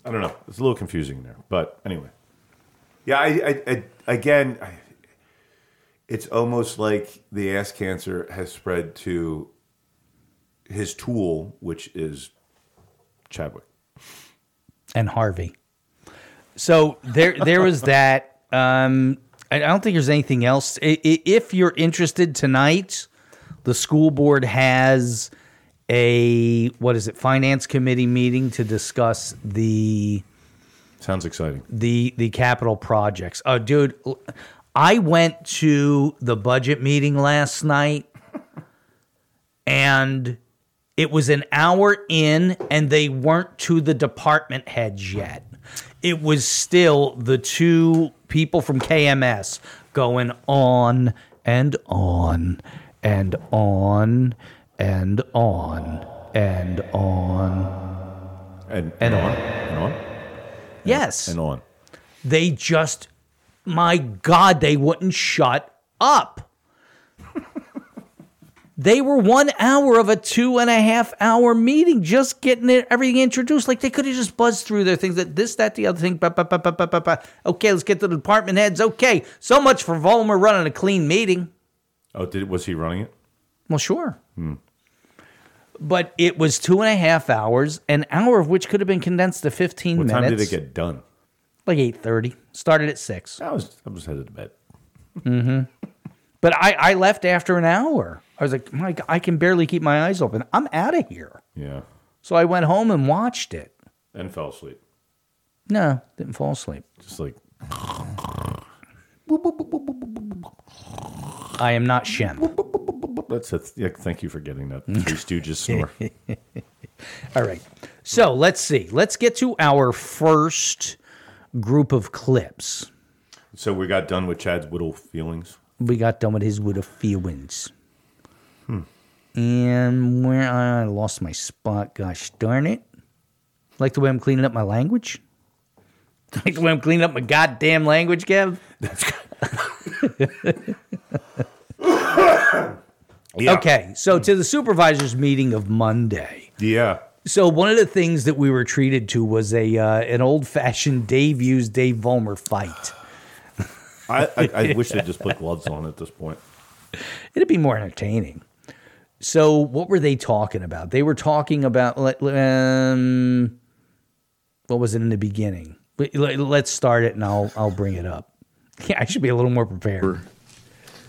Speaker 2: I don't know. It's a little confusing there, but anyway. Yeah, I, I, I again, I, it's almost like the ass cancer has spread to his tool, which is Chadwick.
Speaker 1: and Harvey. So there, there was that. Um, I I don't think there's anything else. I- i- If you're interested tonight, the school board has a what is it? Finance committee meeting to discuss the
Speaker 2: Sounds exciting.
Speaker 1: Mm-hmm. the the capital projects. Oh, Uh, dude, l- I went to the budget meeting last night and it was an hour in and they weren't to the department heads yet. It was still the two people from KMS going on and on and on and on and on.
Speaker 2: And,
Speaker 1: And
Speaker 2: and
Speaker 1: on.
Speaker 2: on. And on.
Speaker 1: Yes.
Speaker 2: And on.
Speaker 1: they just my god they wouldn't shut up they were one hour of a two and a half hour meeting just getting it, everything introduced like they could have just buzzed through their things that this that the other thing ba, ba, ba, ba, ba, ba, ba. okay let's get to the department heads okay so much for Vollmer running a clean meeting
Speaker 2: Oh, did was he running it?
Speaker 1: well sure
Speaker 2: Hmm.
Speaker 1: but it was two and a half hours an hour of which could have been condensed to 15
Speaker 2: What
Speaker 1: minutes
Speaker 2: time did it get done?
Speaker 1: like 8.30 started at 6
Speaker 2: I was I was headed to bed.
Speaker 1: But I, I left after an hour. I was like, Mike, I can barely keep my eyes open. I'm out of here.
Speaker 2: Yeah.
Speaker 1: So I went home and watched it.
Speaker 2: And fell asleep.
Speaker 1: No, didn't fall asleep.
Speaker 2: Just like
Speaker 1: I am not Shem.
Speaker 2: that's a yeah, thank you for getting that Three Stooges snore.
Speaker 1: All right. So let's see. Let's get to our first group of clips.
Speaker 2: So we got done with Chad's whittle feelings.
Speaker 1: We got done with his with a feelings. Hmm. And where I lost my spot, gosh darn it. Like the way I'm cleaning up my language? Like the way I'm cleaning up my goddamn language, Kev?
Speaker 2: Yeah.
Speaker 1: Okay, so to the supervisors meeting of Monday.
Speaker 2: Yeah.
Speaker 1: So one of the things that we were treated to was a uh, an old fashioned Dave Hughes Dave Vollmer fight.
Speaker 2: I, I, I wish they just put gloves on at this point.
Speaker 1: It'd be more entertaining. So what were they talking about? They were talking about like, um, what was it in the beginning? Wait, let- Let's start it and I'll I'll bring it up. Yeah, I should be a little more prepared.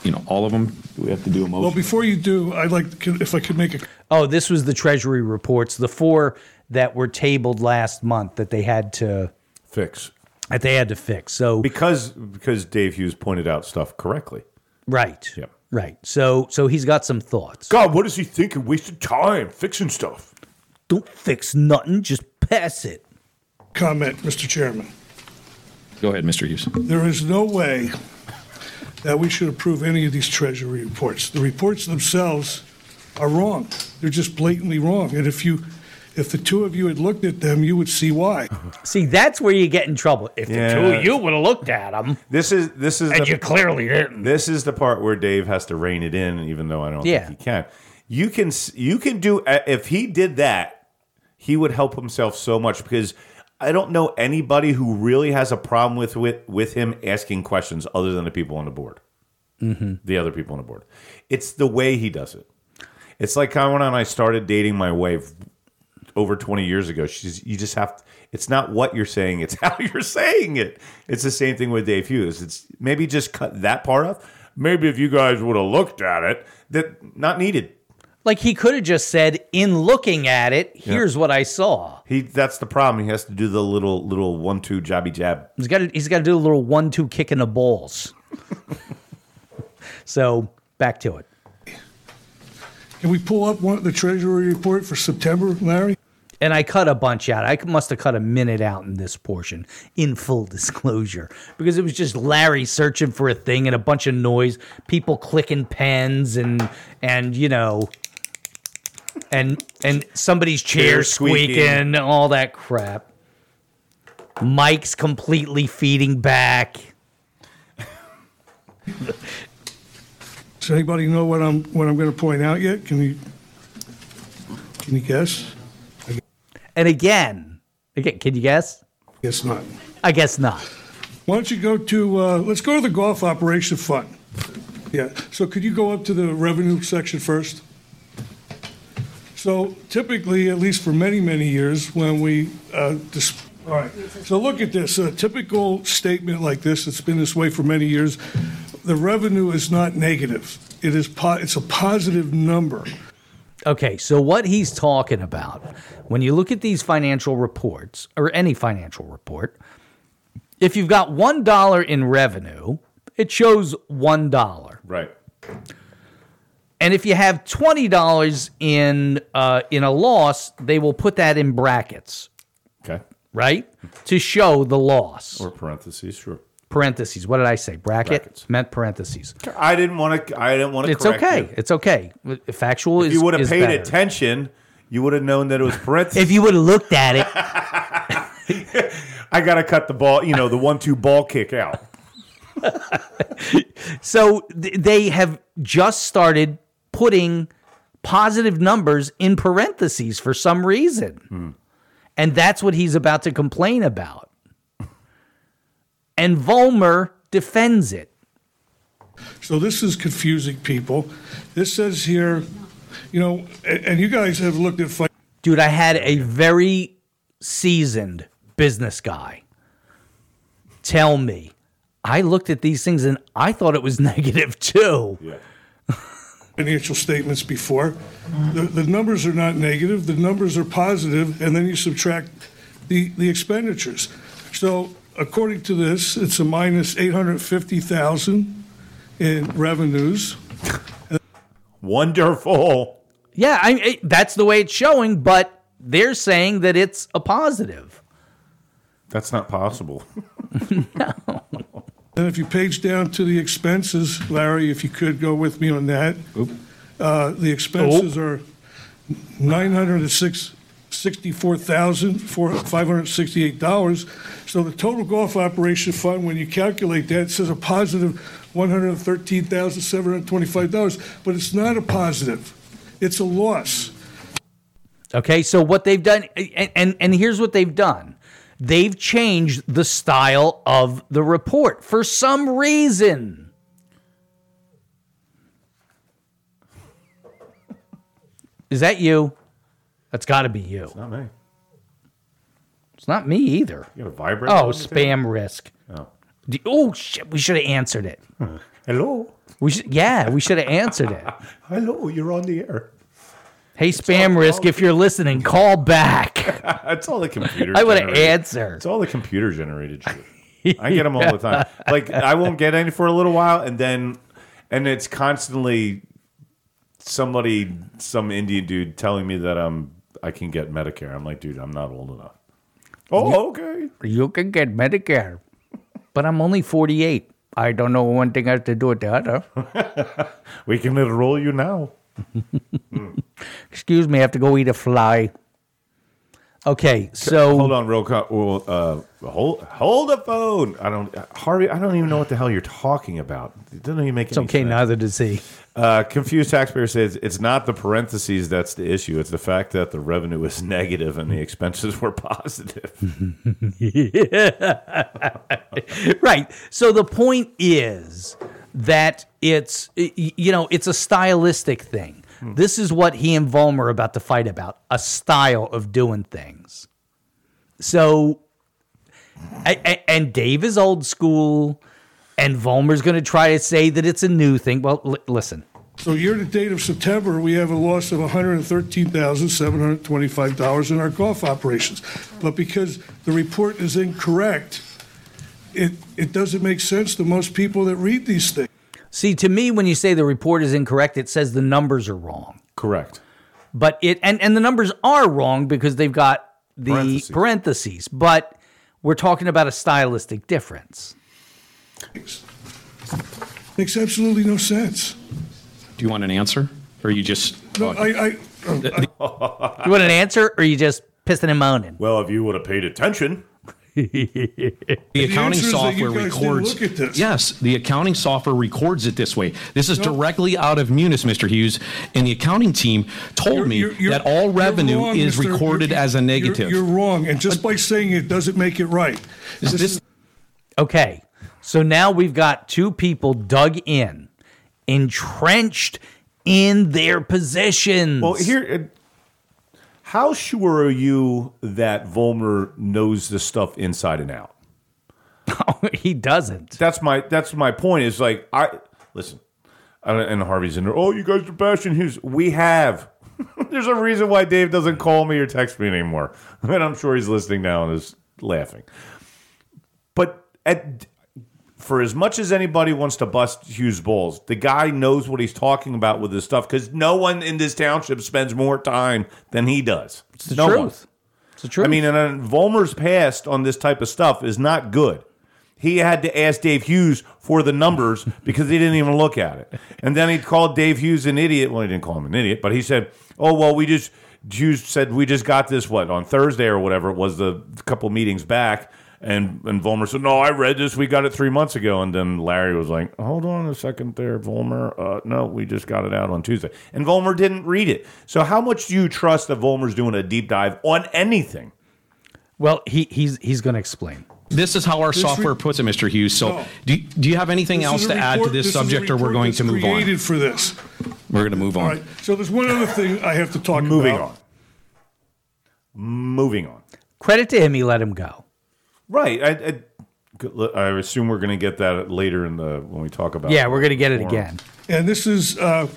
Speaker 4: you know, all of them, do we have to do a
Speaker 5: Well,
Speaker 4: motion?
Speaker 5: before you do, I'd like, to- if I could make a
Speaker 1: Oh, this was the Treasury reports, the four that were tabled last month that they had to
Speaker 2: Fix.
Speaker 1: that they had to fix. So
Speaker 2: Because because Dave Hughes pointed out stuff correctly.
Speaker 1: Right.
Speaker 2: Yep.
Speaker 1: Right. So so he's got some thoughts.
Speaker 2: God, what is he thinking? Wasting time fixing stuff.
Speaker 1: Don't fix nothing, just pass it.
Speaker 5: comment, Mr. Chairman.
Speaker 4: Go ahead, Mr. Hughes.
Speaker 5: There is no way that we should approve any of these Treasury reports. The reports themselves are wrong. They're just blatantly wrong. And if you, if the two of you had looked at them, you would see why.
Speaker 1: See, that's where you get in trouble. If
Speaker 2: Yeah.
Speaker 1: the two of you would have looked at him,
Speaker 2: This is this is
Speaker 1: and
Speaker 2: the,
Speaker 1: you clearly didn't.
Speaker 2: this is the part where Dave has to rein it in, even though I don't
Speaker 1: Yeah.
Speaker 2: think he can. You can s- you can do if he did that, he would help himself so much because I don't know anybody who really has a problem with with, with him asking questions other than the people on the board, the other people on the board. It's the way he does it. It's like kind of when I started dating my wife over 20 years ago. She's you just have to, it's not what you're saying, it's how you're saying it. It's the same thing with Dave Hughes. It's maybe just cut that part off. Maybe if you guys would have looked at it, that not needed.
Speaker 1: Like he could have just said, in looking at it, here's what I saw.
Speaker 2: He that's the problem. He has to do the little little one two jobby jab.
Speaker 1: He's got to, he's got to do a little one-two kick in the balls. so back to it.
Speaker 5: Can we pull up one, the Treasury report for September, Larry?
Speaker 1: And I cut a bunch out. I must have cut a minute out in this portion, in full disclosure, because it was just Larry searching for a thing and a bunch of noise, people clicking pens and and you know, and and somebody's chair
Speaker 2: Chair squeaking.
Speaker 1: squeaking, all that crap. Mike's completely feeding back.
Speaker 5: Does anybody know what I'm, what I'm going to point out yet? Can you, can you guess?
Speaker 1: And again, again, can you guess?
Speaker 5: Guess not.
Speaker 1: I guess not.
Speaker 5: Why don't you go to, uh, let's go to the golf operation fund. Yeah, so could you go up to the revenue section first? So typically, at least for many, many years, when we, uh, dis- all right, so look at this, a typical statement like this, it's been this way for many years, the revenue is not negative, it is, po- it's a positive number.
Speaker 1: Okay, so what he's talking about, when you look at these financial reports or any financial report, if you've got $1 in revenue it shows one dollar.
Speaker 2: Right.
Speaker 1: And if you have twenty dollars in uh, in a loss, they will put that in brackets,
Speaker 2: Okay.
Speaker 1: right, to show the loss.
Speaker 2: Or parentheses, sure.
Speaker 1: parentheses. What did I say? Bracket
Speaker 2: Brackets.
Speaker 1: meant parentheses.
Speaker 2: I didn't want to. I didn't want to.
Speaker 1: It's okay. It's okay. Factual is.
Speaker 2: you would have
Speaker 1: is
Speaker 2: paid
Speaker 1: better.
Speaker 2: attention. You would have known that it was parentheses.
Speaker 1: If you would have looked at it,
Speaker 2: I got to cut the ball. You know, the one-two ball kick out.
Speaker 1: so th- they have just started putting positive numbers in parentheses for some reason, and that's what he's about to complain about. And Vollmer defends it.
Speaker 5: So this is confusing people. This says here, you know, and, and you guys have looked at fight.
Speaker 1: dude i had a very seasoned business guy tell me i looked at these things and i thought it was negative too
Speaker 2: Yeah.
Speaker 5: financial statements before. The, the numbers are not negative, the numbers are positive, and then you subtract the, the expenditures. So according to this, it's a minus 850,000 in revenues.
Speaker 2: Wonderful.
Speaker 1: yeah I, I- that's the way it's showing but they're saying that it's a positive
Speaker 2: That's not possible.
Speaker 5: And if you page down to the expenses, Larry, if you could go with me on that. Uh, the expenses are nine hundred and six, sixty-four thousand, four, five hundred and sixty-eight dollars. So the total golf operation fund, when you calculate that, it says a positive one hundred and thirteen thousand, seven hundred and twenty-five dollars, but it's not a positive. It's a loss.
Speaker 1: okay so what they've done and, and and here's what they've done they've changed the style of the report for some reason is that you that's got to be you
Speaker 2: not me.
Speaker 1: It's not me either.
Speaker 2: You got a vibrator?
Speaker 1: Oh,
Speaker 2: on your table?
Speaker 1: spam risk.
Speaker 2: Oh.
Speaker 1: D- Oh shit, we should have answered it.
Speaker 2: Hello.
Speaker 1: We should, yeah, we should have answered it.
Speaker 2: Hello. You're on the air.
Speaker 1: Hey, spam risk, if you're listening, call back.
Speaker 2: That's all the computer.
Speaker 1: I would have
Speaker 2: generated.
Speaker 1: answered.
Speaker 2: It's all the computer generated shit. I get them all the time. Like I won't get any for a little while, and then, and it's constantly somebody, some Indian dude telling me that I'm I can get Medicare. I'm like, dude, I'm not old enough. Oh, okay.
Speaker 1: You can get Medicare, but I'm only 48. I don't know one thing has to do with the other.
Speaker 2: We can enroll you now.
Speaker 1: Excuse me, I have to go eat a fly. Okay,
Speaker 2: Hold
Speaker 1: so
Speaker 2: on, real quick. Well, uh, hold hold the phone. I don't, Harvey. I don't even know what the hell you're talking about. It doesn't even make
Speaker 1: it's
Speaker 2: any
Speaker 1: okay,
Speaker 2: sense.
Speaker 1: neither does he.
Speaker 2: Uh, confused taxpayer says it's not the parentheses that's the issue. It's the fact that the revenue is negative and the expenses were positive.
Speaker 1: right. So the point is that it's y- you know it's a stylistic thing. This is what he and Vollmer are about to fight about: a style of doing things. So, a- a- and Dave is old school, and Vollmer's going to try to say that it's a new thing. Well, li- listen,
Speaker 5: So year-to-date of September, we have a loss of $113,725 in our golf operations. But because the report is incorrect, it, it doesn't make sense to most people that read these things.
Speaker 1: see to me when you say the report is incorrect, it says the numbers are wrong.
Speaker 2: Correct.
Speaker 1: but it and and the numbers are wrong because they've got the parentheses,
Speaker 2: Parentheses.
Speaker 1: but we're talking about a stylistic difference
Speaker 5: Makes absolutely no sense.
Speaker 4: Do you want an answer? Or you just.
Speaker 5: No, I, oh, I,
Speaker 1: you want an answer or you just pissing and moaning
Speaker 2: Well, if you would have paid attention,
Speaker 4: the
Speaker 5: answer
Speaker 4: accounting
Speaker 5: is that you
Speaker 4: software
Speaker 5: guys didn't
Speaker 4: records.
Speaker 5: look at this.
Speaker 4: Yes, the accounting software records it this way. This is directly out of Munis, Mr. Hughes, and the accounting team told
Speaker 5: You're-
Speaker 4: me
Speaker 5: you're- you're-
Speaker 4: that all
Speaker 5: you're
Speaker 4: revenue
Speaker 5: wrong,
Speaker 4: is
Speaker 5: Mr.
Speaker 4: recorded
Speaker 5: You're-
Speaker 4: as a
Speaker 5: you're-
Speaker 4: negative.
Speaker 5: You're wrong, and just by saying it doesn't make it right.
Speaker 4: Is this,
Speaker 1: okay so now we've got two people dug in entrenched in their positions
Speaker 2: well, here, uh, how sure are you that Volmer knows the stuff inside and out?
Speaker 1: Oh, he doesn't
Speaker 2: That's my that's my point. Is like I listen, I don't, and Harvey's in there. Oh, you guys are bashing Hughes. We have. There's a reason why Dave doesn't call me or text me anymore, and I'm sure he's listening now and is laughing. But at for as much as anybody wants to bust Hughes Bowles, the guy knows what he's talking about with his stuff because no one in this township spends more time than he does.
Speaker 1: It's the
Speaker 2: no one.
Speaker 1: truth. It's the truth.
Speaker 2: I mean, and uh, Vollmer's past on this type of stuff is not good. He had to ask Dave Hughes for the numbers because he didn't even look at it. And then he called Dave Hughes an idiot. Well, he didn't call him an idiot, but he said, "Oh well, we just." Hughes said, "We just got this what on Thursday or whatever it was, the couple meetings back." And and Vollmer said, "No, I read this. We got it three months ago." And then Larry was like, "Hold on a second, there, Vollmer. Uh, no, we just got it out on Tuesday." And Vollmer didn't read it. So how much do you trust that Vollmer's doing a deep dive on anything?
Speaker 1: well, he, he's he's going to explain.
Speaker 4: This is how our software puts it, Mr. Hughes. So,
Speaker 5: No.
Speaker 4: do, do you have anything
Speaker 5: This
Speaker 4: else
Speaker 5: is a
Speaker 4: to add to
Speaker 5: report-
Speaker 4: this,
Speaker 5: is a
Speaker 4: subject, or we're
Speaker 5: report
Speaker 4: going
Speaker 5: that's
Speaker 4: to move on?
Speaker 5: Created for this.
Speaker 4: We're going to move
Speaker 5: All
Speaker 4: on.
Speaker 5: right. So there's one other thing I have to talk
Speaker 2: Moving
Speaker 5: about.
Speaker 2: on. Moving on.
Speaker 1: Credit to him, he let him go.
Speaker 2: Right. I, I, I assume we're going to get that later in the when we talk about.
Speaker 1: Yeah, we're going to get it
Speaker 2: Warren.
Speaker 1: again.
Speaker 5: And this is uh,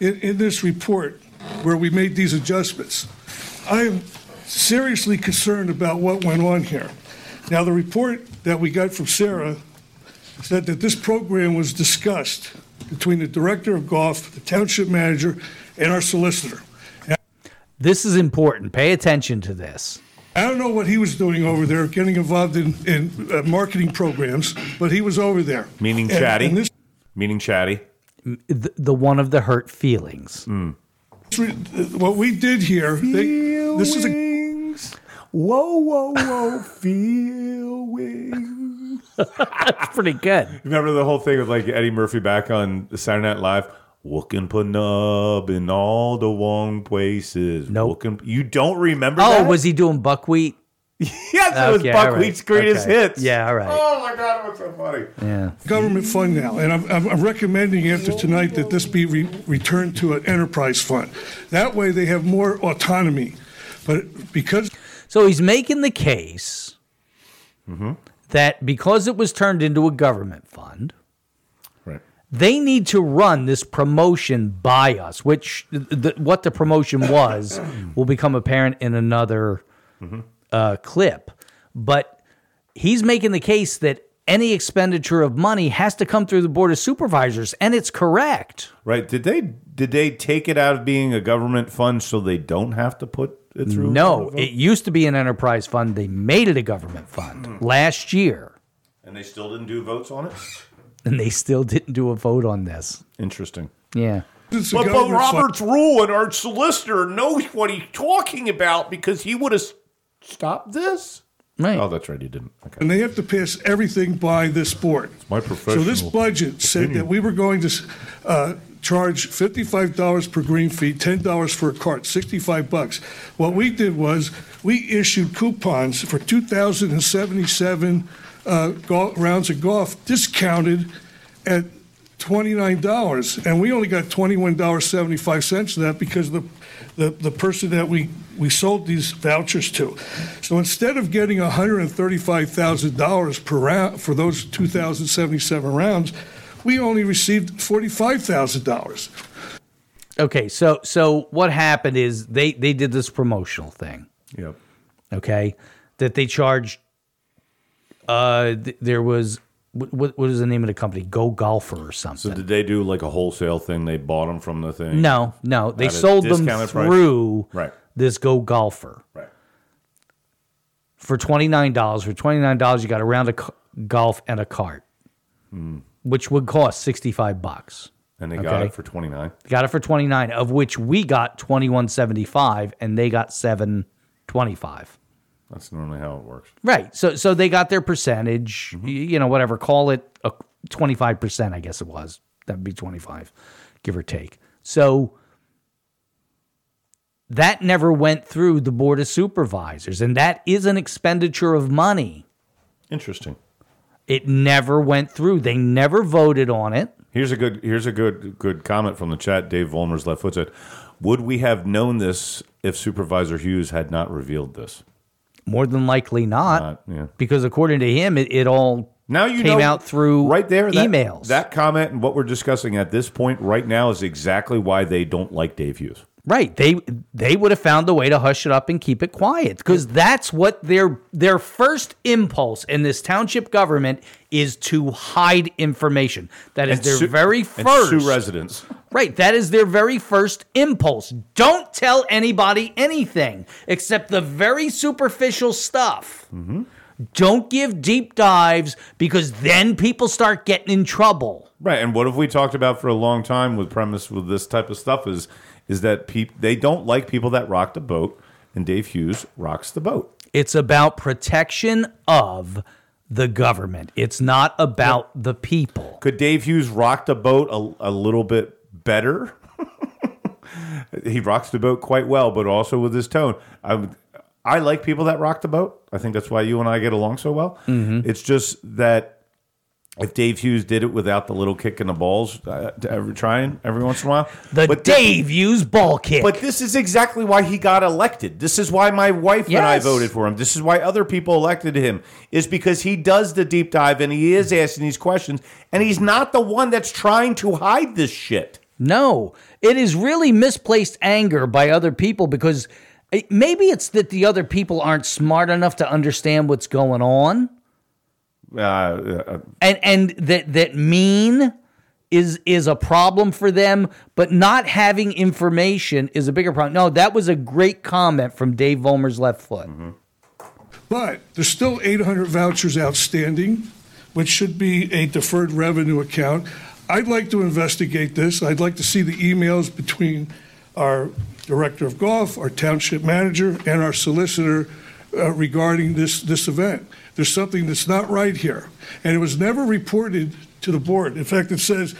Speaker 5: in, in this report where we made these adjustments. I am seriously concerned about what went on here. Now, the report that we got from Sarah said that this program was discussed between the director of golf, the township manager, and our solicitor.
Speaker 1: This is important. Pay attention to this.
Speaker 5: I don't know what he was doing over there, getting involved in, in uh, marketing programs, but he was over there.
Speaker 2: Meaning
Speaker 5: And-
Speaker 2: chatty.
Speaker 5: and this-
Speaker 2: Meaning chatty.
Speaker 1: The, the one of the hurt feelings.
Speaker 5: uh, what we did here, they, this is a
Speaker 2: Wings. Whoa, whoa, whoa. Feel wings.
Speaker 1: Pretty good.
Speaker 2: Remember the whole thing with like Eddie Murphy back on Saturday Night Live? Looking for nub in all the wrong places.
Speaker 1: Nope.
Speaker 2: Looking, you don't remember
Speaker 1: Oh,
Speaker 2: that?
Speaker 1: was he doing buckwheat?
Speaker 2: yes, it was
Speaker 1: Okay, all right.
Speaker 2: Buckwheat's greatest
Speaker 1: Okay.
Speaker 2: hits.
Speaker 1: Yeah, all right.
Speaker 2: Oh my God, it was so funny.
Speaker 1: Yeah.
Speaker 5: government fund now, and I'm, I'm I'm recommending after tonight that this be re- returned to an enterprise fund. That way, they have more autonomy. But because
Speaker 1: So he's making the case that because it was turned into a government fund,
Speaker 2: Right.
Speaker 1: they need to run this promotion by us, which the, what the promotion was will become apparent in another uh, clip. But he's making the case that any expenditure of money has to come through the board of supervisors, and it's correct.
Speaker 2: Right. Did they did they take it out of being a government fund so they don't have to put it through?
Speaker 1: No, it used to be an enterprise fund. They made it a government fund last year,
Speaker 2: And they still didn't do votes on it?
Speaker 1: and they still didn't do a vote on this.
Speaker 2: Interesting.
Speaker 1: Yeah.
Speaker 5: it's a
Speaker 2: But, but
Speaker 5: government fund,
Speaker 2: Robert's rule and our solicitor knows what he's talking about because he would have stopped this.
Speaker 1: Right.
Speaker 2: Oh, that's right. He didn't. Okay.
Speaker 5: and they have to pass everything by this board.
Speaker 2: My
Speaker 5: So
Speaker 2: professional.
Speaker 5: this budget said that we were going to uh, charge fifty-five dollars per green fee, ten dollars for a cart, sixty-five bucks. What we did was we issued coupons for two thousand and seventy-seven uh, gol rounds of golf, discounted at twenty-nine dollars, and we only got twenty-one dollars seventy-five cents of that because the, the the person that we we sold these vouchers to. So instead of getting one hundred and thirty-five thousand dollars per round for those two thousand seventy-seven rounds, we only received forty-five thousand dollars.
Speaker 1: Okay. So so what happened is they they did this promotional thing.
Speaker 2: Yep.
Speaker 1: okay that they charged uh th- there was what, what was the name of the company go golfer or
Speaker 2: So
Speaker 1: something
Speaker 2: did they do like a wholesale thing? They bought him from the thing.
Speaker 1: no no they
Speaker 2: At a
Speaker 1: sold them
Speaker 2: discounted price?
Speaker 1: through
Speaker 2: Right.
Speaker 1: this go golfer
Speaker 2: Right.
Speaker 1: for $29 for $29 you got a round of c- golf and a cart
Speaker 2: Hmm.
Speaker 1: which would cost 65 bucks
Speaker 2: And they got
Speaker 1: Okay.
Speaker 2: it for twenty nine.
Speaker 1: got it for 29 of which we got 2175 and they got 725
Speaker 2: That's normally how it works.
Speaker 1: Right. So so they got their percentage, y- you know, whatever, call it a 25%, I guess it was. That would be 25, give or take. So that never went through the board of supervisors and that is an expenditure of money.
Speaker 2: Interesting.
Speaker 1: It never went through. They never voted on it.
Speaker 2: Here's a good here's a good good comment from the chat. Dave Vollmer's left foot said, "Would we have known this if Supervisor Hughes had not revealed this?"
Speaker 1: More than likely not,
Speaker 2: Not- yeah.
Speaker 1: because according to him it, it all
Speaker 2: Now you
Speaker 1: came
Speaker 2: know
Speaker 1: out through
Speaker 2: right there that-
Speaker 1: emails.
Speaker 2: That comment and what we're discussing at this point right now is exactly why they don't like Dave Hughes.
Speaker 1: Right. They they would have found a way to hush it up and keep it quiet because that's what their their first impulse in this township government is to hide information. That is
Speaker 2: And
Speaker 1: their
Speaker 2: sue-
Speaker 1: very
Speaker 2: and sue
Speaker 1: first
Speaker 2: residents.
Speaker 1: Right, that is their very first impulse. Don't tell anybody anything except the very superficial stuff.
Speaker 2: Mm-hmm.
Speaker 1: Don't give deep dives because then people start getting in trouble.
Speaker 2: Right, and what have we talked about for a long time with premise with this type of stuff is is that peop- they don't like people that rock the boat, and Dave Hughes rocks the boat.
Speaker 1: It's about protection of the government. It's not about the people.
Speaker 2: Could Dave Hughes rock the boat a, a little bit better? he rocks the boat quite well, but also with his tone. I would- I like people that rock the boat. I think that's why you and I get along so well.
Speaker 1: Mm-hmm.
Speaker 2: It's just that if Dave Hughes did it without the little kick in the balls, uh, to every trying every once in a while,
Speaker 1: The
Speaker 2: but thi-
Speaker 1: Dave used ball kick.
Speaker 2: but this is exactly why he got elected. This is why my wife and I
Speaker 1: Yes.
Speaker 2: voted for him. This is why other people elected him. Is because he does the deep dive and he is asking these questions and he's not the one that's trying to hide this shit.
Speaker 1: No, it is really misplaced anger by other people because it, maybe it's that the other people aren't smart enough to understand what's going on,
Speaker 2: Uh, uh,
Speaker 1: and and that that mean is is a problem for them, but not having information is a bigger problem. No, that was a great comment from Dave Vollmer's left foot.
Speaker 5: But there's still 800 vouchers outstanding, which should be a deferred revenue account. I'd like to investigate this. I'd like to see the emails between our director of golf, our township manager, and our solicitor uh, regarding this, this event. There's something that's not right here. And it was never reported to the board. In fact, it says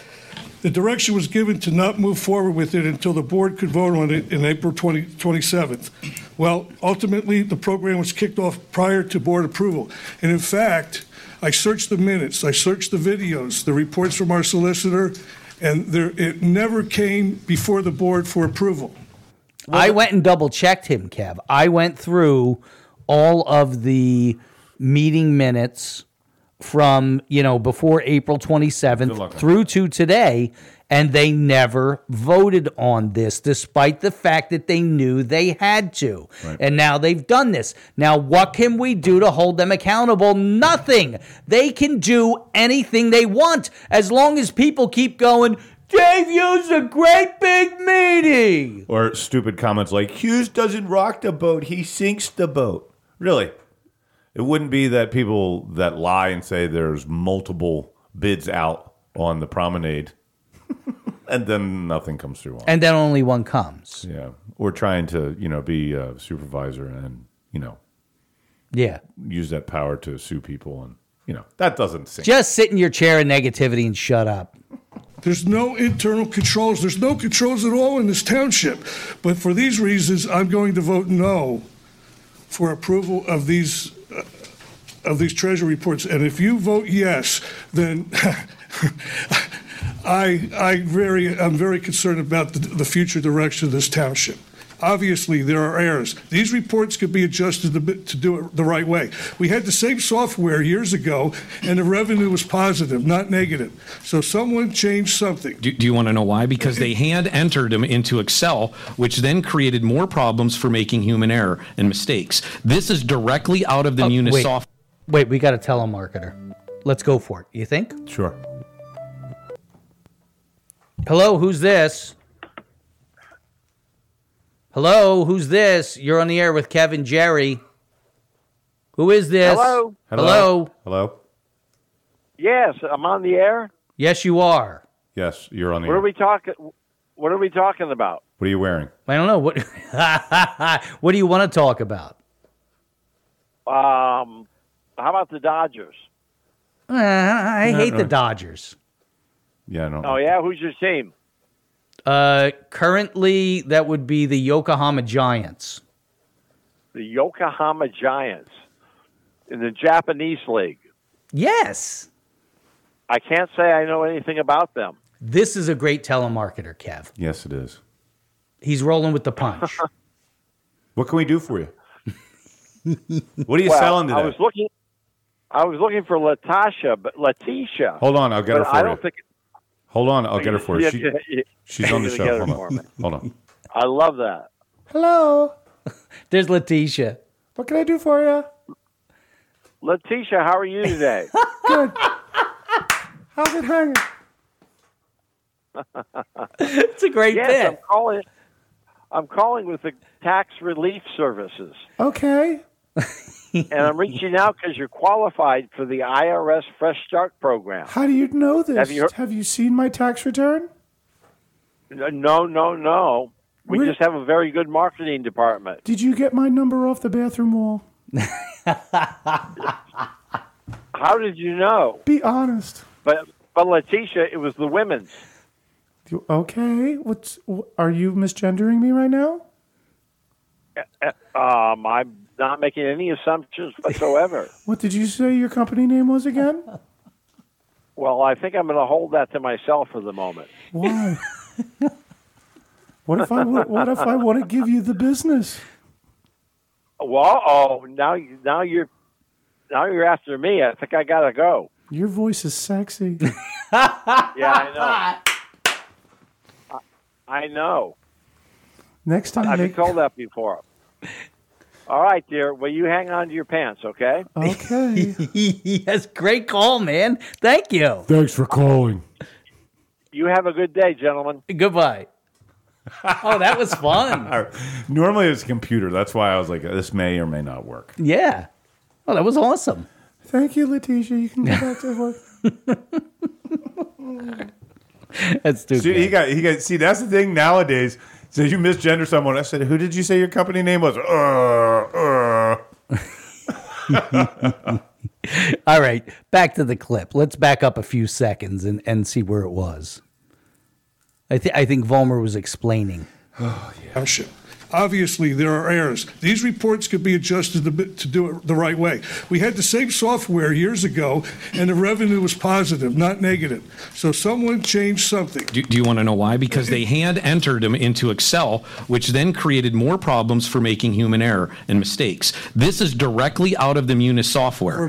Speaker 5: the direction was given to not move forward with it until the board could vote on it in April 20, 27th. Well, ultimately, the program was kicked off prior to board approval. And in fact, I searched the minutes, I searched the videos, the reports from our solicitor, and there, it never came before the board for approval.
Speaker 1: I went and double checked him, Kev. I went through all of the meeting minutes from, you know, before April 27th through to today, and they never voted on this, despite the fact that they knew they had to. And now they've done this. Now, what can we do to hold them accountable? Nothing. They can do anything they want as long as people keep going. Dave used a great big meeting.
Speaker 2: or stupid comments like Hughes doesn't rock the boat, he sinks the boat. Really? It wouldn't be that people that lie and say there's multiple bids out on the promenade and then nothing comes through on. it.
Speaker 1: and then only one comes.
Speaker 2: Yeah, or trying to you know be a supervisor and you know
Speaker 1: Yeah.
Speaker 2: use that power to sue people and you know that doesn't seem.
Speaker 1: Just sit in your chair in negativity and shut up.
Speaker 5: There's no internal controls. There's no controls at all in this township. But for these reasons, I'm going to vote no for approval of these uh, of these treasury reports. And if you vote yes, then I I very I'm very concerned about the, the future direction of this township. Obviously, there are errors. These reports could be adjusted to, be- to do it the right way. We had the same software years ago, and the revenue was positive, not negative. So someone changed something.
Speaker 4: Do, do you want to know why? Because they hand entered them into Excel, which then created more problems for making human error and mistakes. This is directly out of the
Speaker 1: Oh,
Speaker 4: Munis
Speaker 1: wait.
Speaker 4: software.
Speaker 1: Wait, we got a telemarketer. Let's go for it. You think?
Speaker 2: Sure.
Speaker 1: Hello, who's this? Hello, who's this? You're on the air with Kevin Jerry. Who is this?
Speaker 6: Hello?
Speaker 1: Hello.
Speaker 2: Hello.
Speaker 6: Yes, I'm on the air.
Speaker 1: Yes, you are.
Speaker 2: Yes, you're on the.
Speaker 6: What
Speaker 2: air.
Speaker 6: are we talking? What are we talking about?
Speaker 2: What are you wearing?
Speaker 1: I don't know what. what do you want to talk about?
Speaker 6: Um, how about the Dodgers?
Speaker 1: Uh, I hate the Dodgers.
Speaker 2: Yeah, I don't.
Speaker 6: Oh yeah, who's your team?
Speaker 1: Uh, currently, that would be the Yokohama Giants.
Speaker 6: The Yokohama Giants in the Japanese league.
Speaker 1: Yes.
Speaker 6: I can't say I know anything about them.
Speaker 1: This is a great telemarketer, Kev.
Speaker 2: Yes, it is.
Speaker 1: He's rolling with the punch.
Speaker 2: What can we do for you? what are you
Speaker 6: Well,
Speaker 2: selling today?
Speaker 6: I was looking. I was looking for Latasha, but Letitia.
Speaker 2: Hold on, I'll get her
Speaker 6: but
Speaker 2: for
Speaker 6: I
Speaker 2: you.
Speaker 6: don't think
Speaker 2: Hold on, I'll get her for you. She,
Speaker 6: Yeah, yeah, yeah.
Speaker 2: she's on the
Speaker 6: Get
Speaker 2: show.
Speaker 6: together
Speaker 2: Hold
Speaker 6: for me.
Speaker 2: on. Hold on.
Speaker 6: I love that.
Speaker 2: Hello.
Speaker 1: There's Letitia.
Speaker 2: What can I do for you?
Speaker 6: Letitia, how are you today?
Speaker 2: How's it hanging?
Speaker 1: It's a great
Speaker 6: yes,
Speaker 1: bit.
Speaker 6: I'm calling. I'm calling with the tax relief services,
Speaker 2: Okay.
Speaker 6: and I'm reaching out because you're qualified for the IRS Fresh Start program.
Speaker 2: How do you know this?
Speaker 6: Have you heard-
Speaker 2: Have you seen my tax return?
Speaker 6: No, no, no. We
Speaker 2: Where-
Speaker 6: just have a very good marketing department.
Speaker 2: Did you get my number off the bathroom wall?
Speaker 6: How did you know?
Speaker 2: Be honest.
Speaker 6: But but Letitia, it was the women's.
Speaker 2: You- okay. What's wh- are you misgendering me right now?
Speaker 6: Um, I'm not making any assumptions whatsoever.
Speaker 2: What did you say your company name was again?
Speaker 6: well, I think I'm going to hold that to myself for the moment.
Speaker 2: Why? what if I wa- what if I want to give you the business?
Speaker 6: Well, oh, now you- now you're now you're after me. I think I gotta go.
Speaker 2: Your voice is sexy.
Speaker 6: Yeah, I know. I, I know.
Speaker 2: Next time,
Speaker 6: I've been
Speaker 2: make,
Speaker 6: told that before. All right, dear. Well, you hang on to your pants, okay?
Speaker 2: Uh, okay.
Speaker 1: yes, great call, man. Thank you.
Speaker 2: Thanks for calling.
Speaker 6: You have a good day, gentlemen.
Speaker 1: Goodbye. oh, that was fun.
Speaker 2: Normally it's a computer. That's why I was like, this may or may not work.
Speaker 1: Yeah. Well, that was awesome.
Speaker 2: Thank you, Letitia. You can go back to work.
Speaker 1: That's too
Speaker 2: See, he
Speaker 1: good.
Speaker 2: got he got. See, that's the thing nowadays. So you misgender someone. I said, "Who did you say your company name was?" Uh, uh.
Speaker 1: All right, back to the clip. Let's back up a few seconds and, and see where it was. I, th- I think Vollmer was explaining.
Speaker 5: township. Obviously, there are errors. These reports could be adjusted to, be- to do it the right way. We had the same software years ago, and the revenue was positive, not negative. So someone changed something.
Speaker 4: Do, do you want to know why? Because they hand entered them into Excel, which then created more problems for making human error and mistakes. This is directly out of the Munis software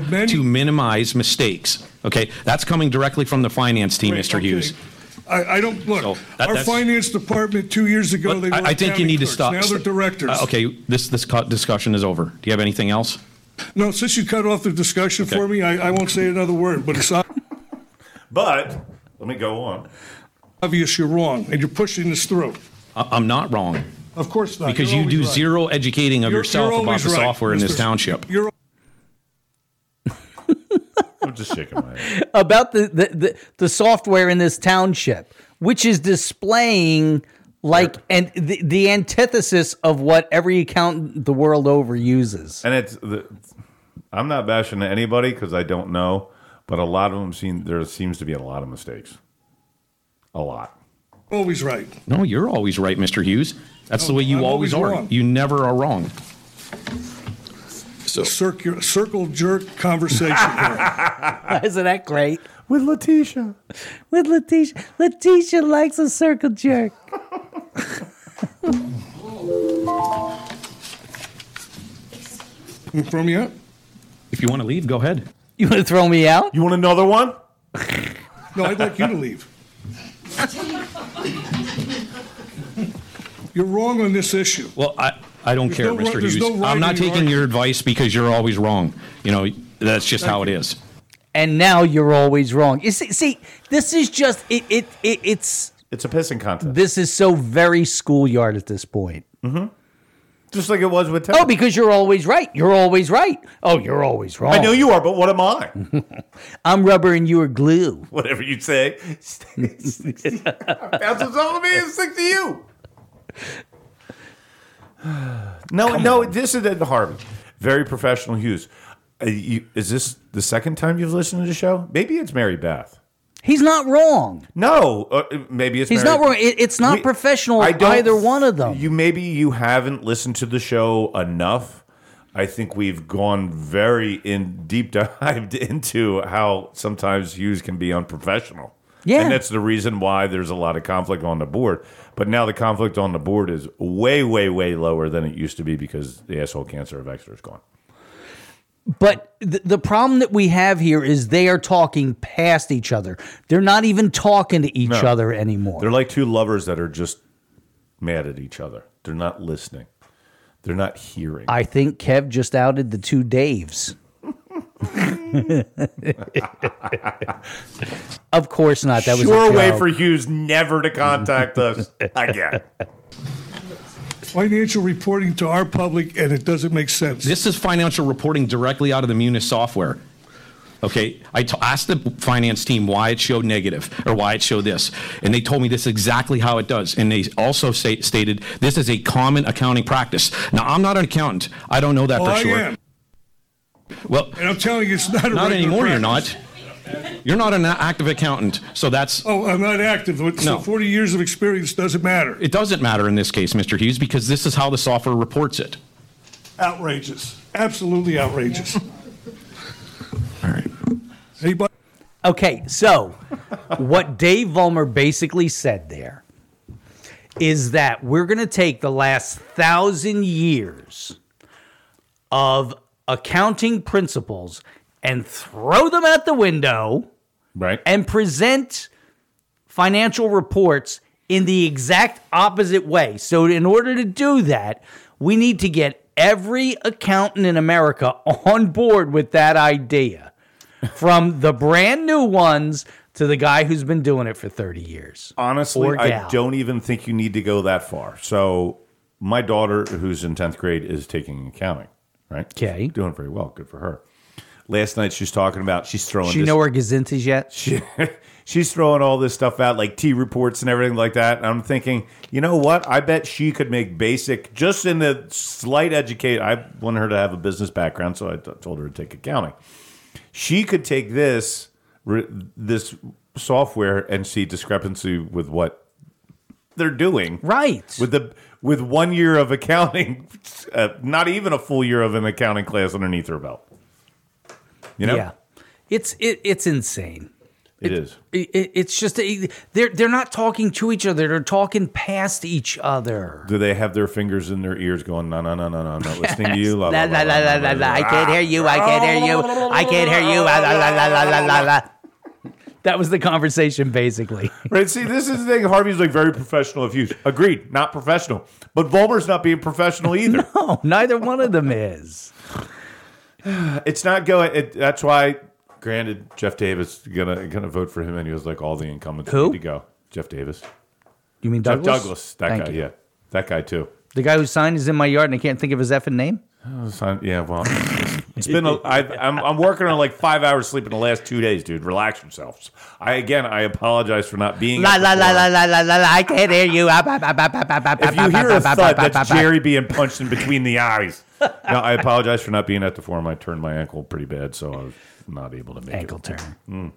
Speaker 5: For many-
Speaker 4: to minimize mistakes. Okay, that's coming directly from the finance team, Mr.
Speaker 5: Okay.
Speaker 4: Hughes.
Speaker 5: I, I don't, look,
Speaker 4: So that-
Speaker 5: our
Speaker 4: that's-
Speaker 5: finance department two years ago, they
Speaker 4: But
Speaker 5: were
Speaker 4: I, I think
Speaker 5: county
Speaker 4: you need to
Speaker 5: clerks.
Speaker 4: stop.
Speaker 5: Now they're directors.
Speaker 4: Uh, okay, this this co- discussion is over. Do you have anything else?
Speaker 5: No, since you cut off the discussion
Speaker 4: Okay.
Speaker 5: for me, I, I won't say another word, but it's
Speaker 2: but let me go on.
Speaker 5: obvious you're wrong, and you're pushing this through.
Speaker 4: I, I'm not wrong
Speaker 5: Of course not.
Speaker 4: because
Speaker 5: You're
Speaker 4: you do
Speaker 5: always right.
Speaker 4: zero educating of
Speaker 5: You're-
Speaker 4: yourself
Speaker 5: you're
Speaker 4: about
Speaker 5: always
Speaker 4: the
Speaker 5: right,
Speaker 4: software in this
Speaker 5: Mr.
Speaker 4: township.
Speaker 5: You're
Speaker 2: I'm just shaking my head.
Speaker 1: About the, the, the, the software in this township, which is displaying like and the, the antithesis of what every accountant the world over uses.
Speaker 2: And it's the, I'm not bashing anybody because I don't know, but a lot of them seem there seems to be a lot of mistakes. A lot.
Speaker 5: always right.
Speaker 4: No, you're always right, Mr. Hughes. That's the way you
Speaker 5: I'm
Speaker 4: always,
Speaker 5: always
Speaker 4: are.
Speaker 5: wrong.
Speaker 4: You never are wrong.
Speaker 5: The circular, circle jerk conversation here.
Speaker 1: Isn't that great?
Speaker 2: With Letitia.
Speaker 1: With Letitia, Letitia likes a circle jerk.
Speaker 5: from you?
Speaker 4: If you want to leave, go ahead.
Speaker 1: You want to throw me out?
Speaker 2: You want another one?
Speaker 5: No, I'd like you to leave. You're wrong on this issue.
Speaker 4: Well, I, I don't
Speaker 5: There's
Speaker 4: care,
Speaker 5: no ri-
Speaker 4: Mr.
Speaker 5: there's
Speaker 4: Hughes.
Speaker 5: no right
Speaker 4: I'm not
Speaker 5: in your
Speaker 4: taking your advice because you're always wrong. You know, that's just how it is.
Speaker 1: and now you're always wrong. You see, see this is just it, it, it. It's
Speaker 2: It's a pissing contest.
Speaker 1: this is so very schoolyard at this point.
Speaker 2: just like it was with Ted.
Speaker 1: Oh, because you're always right. You're always right. Oh, you're always wrong.
Speaker 2: I know you are, but what am I?
Speaker 1: I'm rubber and you are glue.
Speaker 2: Whatever you say. Bounces off of me and sticks to you. No, no, this is at Harvey. Very professional Hughes. Uh, you, is this the second time you've listened to the show? Maybe it's Mary Beth.
Speaker 1: He's not wrong.
Speaker 2: No, uh, maybe it's
Speaker 1: He's
Speaker 2: Mary-
Speaker 1: not wrong. It, it's not
Speaker 2: We-
Speaker 1: professional.
Speaker 2: I don't-
Speaker 1: Either one of them.
Speaker 2: You maybe you haven't listened to the show enough. I think we've gone very in deep dived into how sometimes Hughes can be unprofessional.
Speaker 1: Yeah.
Speaker 2: And that's the reason why there's a lot of conflict on the board. But now the conflict on the board is way, way, way lower than it used to be because the asshole cancer of Exeter is gone.
Speaker 1: But the, the problem that we have here is they are talking past each other. They're not even talking to each
Speaker 2: No.
Speaker 1: other anymore.
Speaker 2: They're like two lovers that are just mad at each other. They're not listening. They're not hearing.
Speaker 1: I think Kev just outed the two Daves. of course not. That was
Speaker 2: sure
Speaker 1: a
Speaker 2: way
Speaker 1: joke.
Speaker 2: for Hughes never to contact us again.
Speaker 5: Financial reporting to our public, and it doesn't make sense.
Speaker 4: This is financial reporting directly out of the Munis software. Okay, I t- asked the finance team why it showed negative or why it showed this, and they told me this is exactly how it does. And they also say, stated this is a common accounting practice. Now I'm not an accountant; I don't know that
Speaker 5: oh,
Speaker 4: for
Speaker 5: I
Speaker 4: sure.
Speaker 5: am,
Speaker 4: Well,
Speaker 5: and I'm telling you, it's not a
Speaker 4: not
Speaker 5: regular
Speaker 4: anymore. You're
Speaker 5: practice.
Speaker 4: not. You're not an active accountant, so that's
Speaker 5: Oh, I'm not active. So
Speaker 4: No.
Speaker 5: 40 years of experience doesn't matter.
Speaker 4: it doesn't matter in this case, Mr. Hughes, because this is how the software reports it.
Speaker 5: Outrageous. Absolutely outrageous.
Speaker 4: All right.
Speaker 5: Anybody?
Speaker 1: Okay, so what Dave Vollmer basically said there is that we're going to take the last thousand years of accounting principles and throw them out the window
Speaker 2: Right?
Speaker 1: and present financial reports in the exact opposite way. So, in order to do that, we need to get every accountant in America on board with that idea from the brand new ones to the guy who's been doing it for 30 years.
Speaker 2: Honestly,
Speaker 1: Or
Speaker 2: I
Speaker 1: gal.
Speaker 2: don't even think you need to go that far. So, my daughter, who's in 10th grade, is taking accounting, right?
Speaker 1: Okay.
Speaker 2: She's doing very well. Good for her. Last night, she's talking about she's throwing
Speaker 1: Do you
Speaker 2: this-
Speaker 1: know where Gazint is yet?
Speaker 2: she, she's throwing all this stuff out like T reports and everything like that. And I'm thinking, you know what? I bet she could make basic just in the slight educate. I want her to have a business background, so I t- told her to take accounting. She could take this re- this software and see discrepancy with what they're doing
Speaker 1: Right.
Speaker 2: with the with one year of accounting, uh, not even a full year of an accounting class underneath her belt. You know,
Speaker 1: Yeah. It's it, it's insane.
Speaker 2: it is.
Speaker 1: It, it- it's just they're they're not talking to each other. They're talking past each other.
Speaker 2: Do they have their fingers in their ears going, no, no, no, no, no, I'm not listening to you? La, la,
Speaker 1: La, la,
Speaker 2: la,
Speaker 1: la, la, la, la. I can't hear you. I can't hear you. I can't hear you. La, la, la, la, la, la, la, la. That was the conversation, basically.
Speaker 2: Right? See, this is the thing. Harvey's like very professional of you. Agreed, not professional. But Volmer's not being professional either.
Speaker 1: Oh, neither one of them is.
Speaker 2: It's not going, it, that's why, granted, Jeff Davis gonna gonna vote for him, and he was like, all the incumbents
Speaker 1: Who?
Speaker 2: need to go. Jeff Davis.
Speaker 1: You mean
Speaker 2: Jeff
Speaker 1: Douglas?
Speaker 2: Douglas, that
Speaker 1: Thank
Speaker 2: guy,
Speaker 1: you.
Speaker 2: yeah. That guy too.
Speaker 1: The guy whose sign is in my yard and I can't think of his effing name?
Speaker 2: Son- Yeah, well, it's been. A, I've, I'm I'm working on like five hours sleep in the last two days, dude. Relax yourselves. I again, I apologize for not being.
Speaker 1: La,
Speaker 2: at the
Speaker 1: la, la,
Speaker 2: forum.
Speaker 1: la, la, la, la, la. I can't hear you. Ah, bah, bah, bah, bah, bah, bah,
Speaker 2: If
Speaker 1: bah,
Speaker 2: you
Speaker 1: bah,
Speaker 2: hear
Speaker 1: bah,
Speaker 2: a
Speaker 1: bah,
Speaker 2: thud,
Speaker 1: bah, bah,
Speaker 2: that's
Speaker 1: bah.
Speaker 2: Jerry being punched in between the eyes. No, I apologize for not being at the forum. I turned my ankle pretty bad, so I was not able to make
Speaker 1: Ankle turn.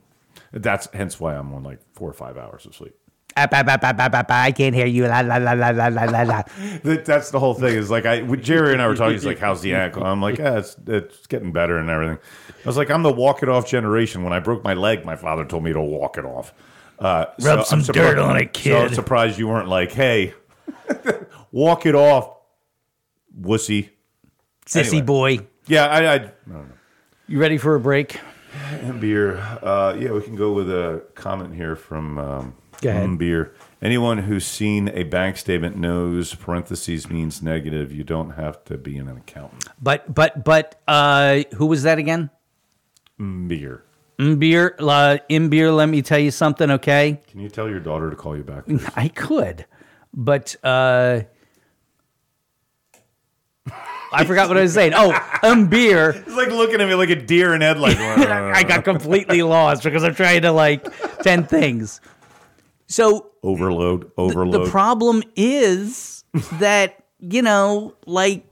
Speaker 2: it. That's hence why I'm on like four or five hours of sleep.
Speaker 1: Ah, bah, bah, bah, bah, bah, bah. I can't hear you. La, la, la, la, la, la, la, la.
Speaker 2: That, that's the whole thing. Is like I, when Jerry and I were talking. He's like, "How's the ankle?" I'm like, "Yeah, it's, it's getting better and everything." I was like, "I'm the walk it off generation." When I broke my leg, my father told me to walk it off. Uh,
Speaker 1: Rub some
Speaker 2: I'm
Speaker 1: dirt on it,
Speaker 2: So I'm
Speaker 1: kid.
Speaker 2: surprised you weren't like, "Hey, walk it off, wussy."
Speaker 1: Sissy boy.
Speaker 2: Yeah, I, I
Speaker 1: You ready for a break?
Speaker 2: beer. Uh, yeah, we can go with a comment here from um,
Speaker 1: Go ahead.
Speaker 2: Mm, beer. Anyone who's seen a bank statement knows parentheses means negative. You don't have to be an accountant.
Speaker 1: But, but, but, uh, who was that again?
Speaker 2: Mm, Beer.
Speaker 1: Imbeer, la, Imbeer, uh, let me tell you something, okay?
Speaker 2: Can you tell your daughter to call you back?
Speaker 1: I could, but uh, I forgot what I was saying. Oh, Imbeer.
Speaker 2: It's like looking at me like a deer in headlights.
Speaker 1: I got completely lost because I'm trying to like 10 things. So
Speaker 2: overload, overload.
Speaker 1: the problem is that, you know, like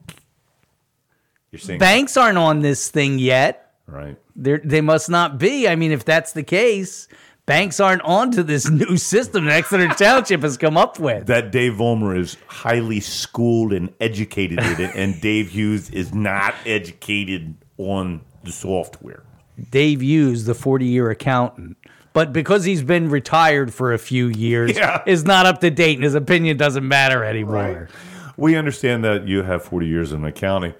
Speaker 2: You're seeing
Speaker 1: banks aren't on this thing yet.
Speaker 2: right?
Speaker 1: They're, they must not be. I mean, if that's the case, banks aren't onto this new system that Exeter Township has come up with.
Speaker 2: That Dave Vollmer is highly schooled and educated in it, and Dave Hughes is not educated on the software.
Speaker 1: Dave Hughes, the 40 year accountant. But because he's been retired for a few years,
Speaker 2: Yeah.
Speaker 1: is not up to date and his opinion doesn't matter anymore.
Speaker 2: We understand that you have 40 years in accounting,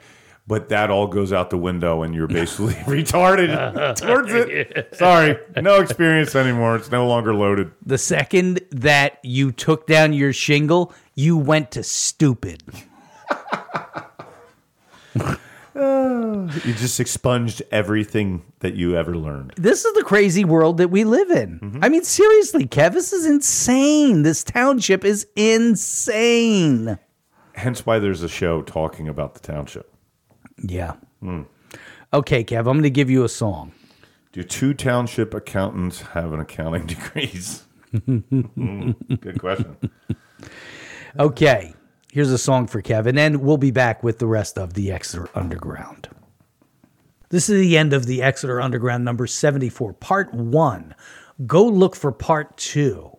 Speaker 2: But that all goes out the window, and you're basically retarded towards it. Sorry, no experience anymore. It's no longer loaded.
Speaker 1: The second that you took down your shingle, you went to stupid.
Speaker 2: You just expunged everything that you ever learned.
Speaker 1: This is the crazy world that we live in. I mean, seriously, Kev, this is insane. This township is insane.
Speaker 2: Hence why there's a show talking about the township.
Speaker 1: Yeah. Okay, Kev, I'm going to give you a song.
Speaker 2: Do two township accountants have an accounting degrees? Mm, Good question.
Speaker 1: Okay, here's a song for Kevin, and we'll be back with the rest of the Exeter Underground. This is the end of the Exeter Underground number 74, part one. Go look for part two.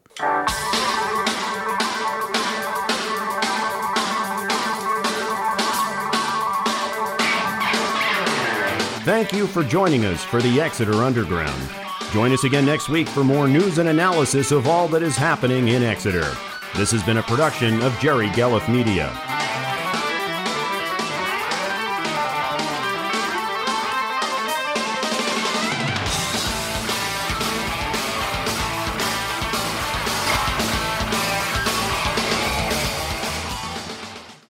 Speaker 3: Thank you for joining us for the Exeter Underground. Join us again next week for more news and analysis of all that is happening in Exeter. This has been a production of Jerry Gelliff Media.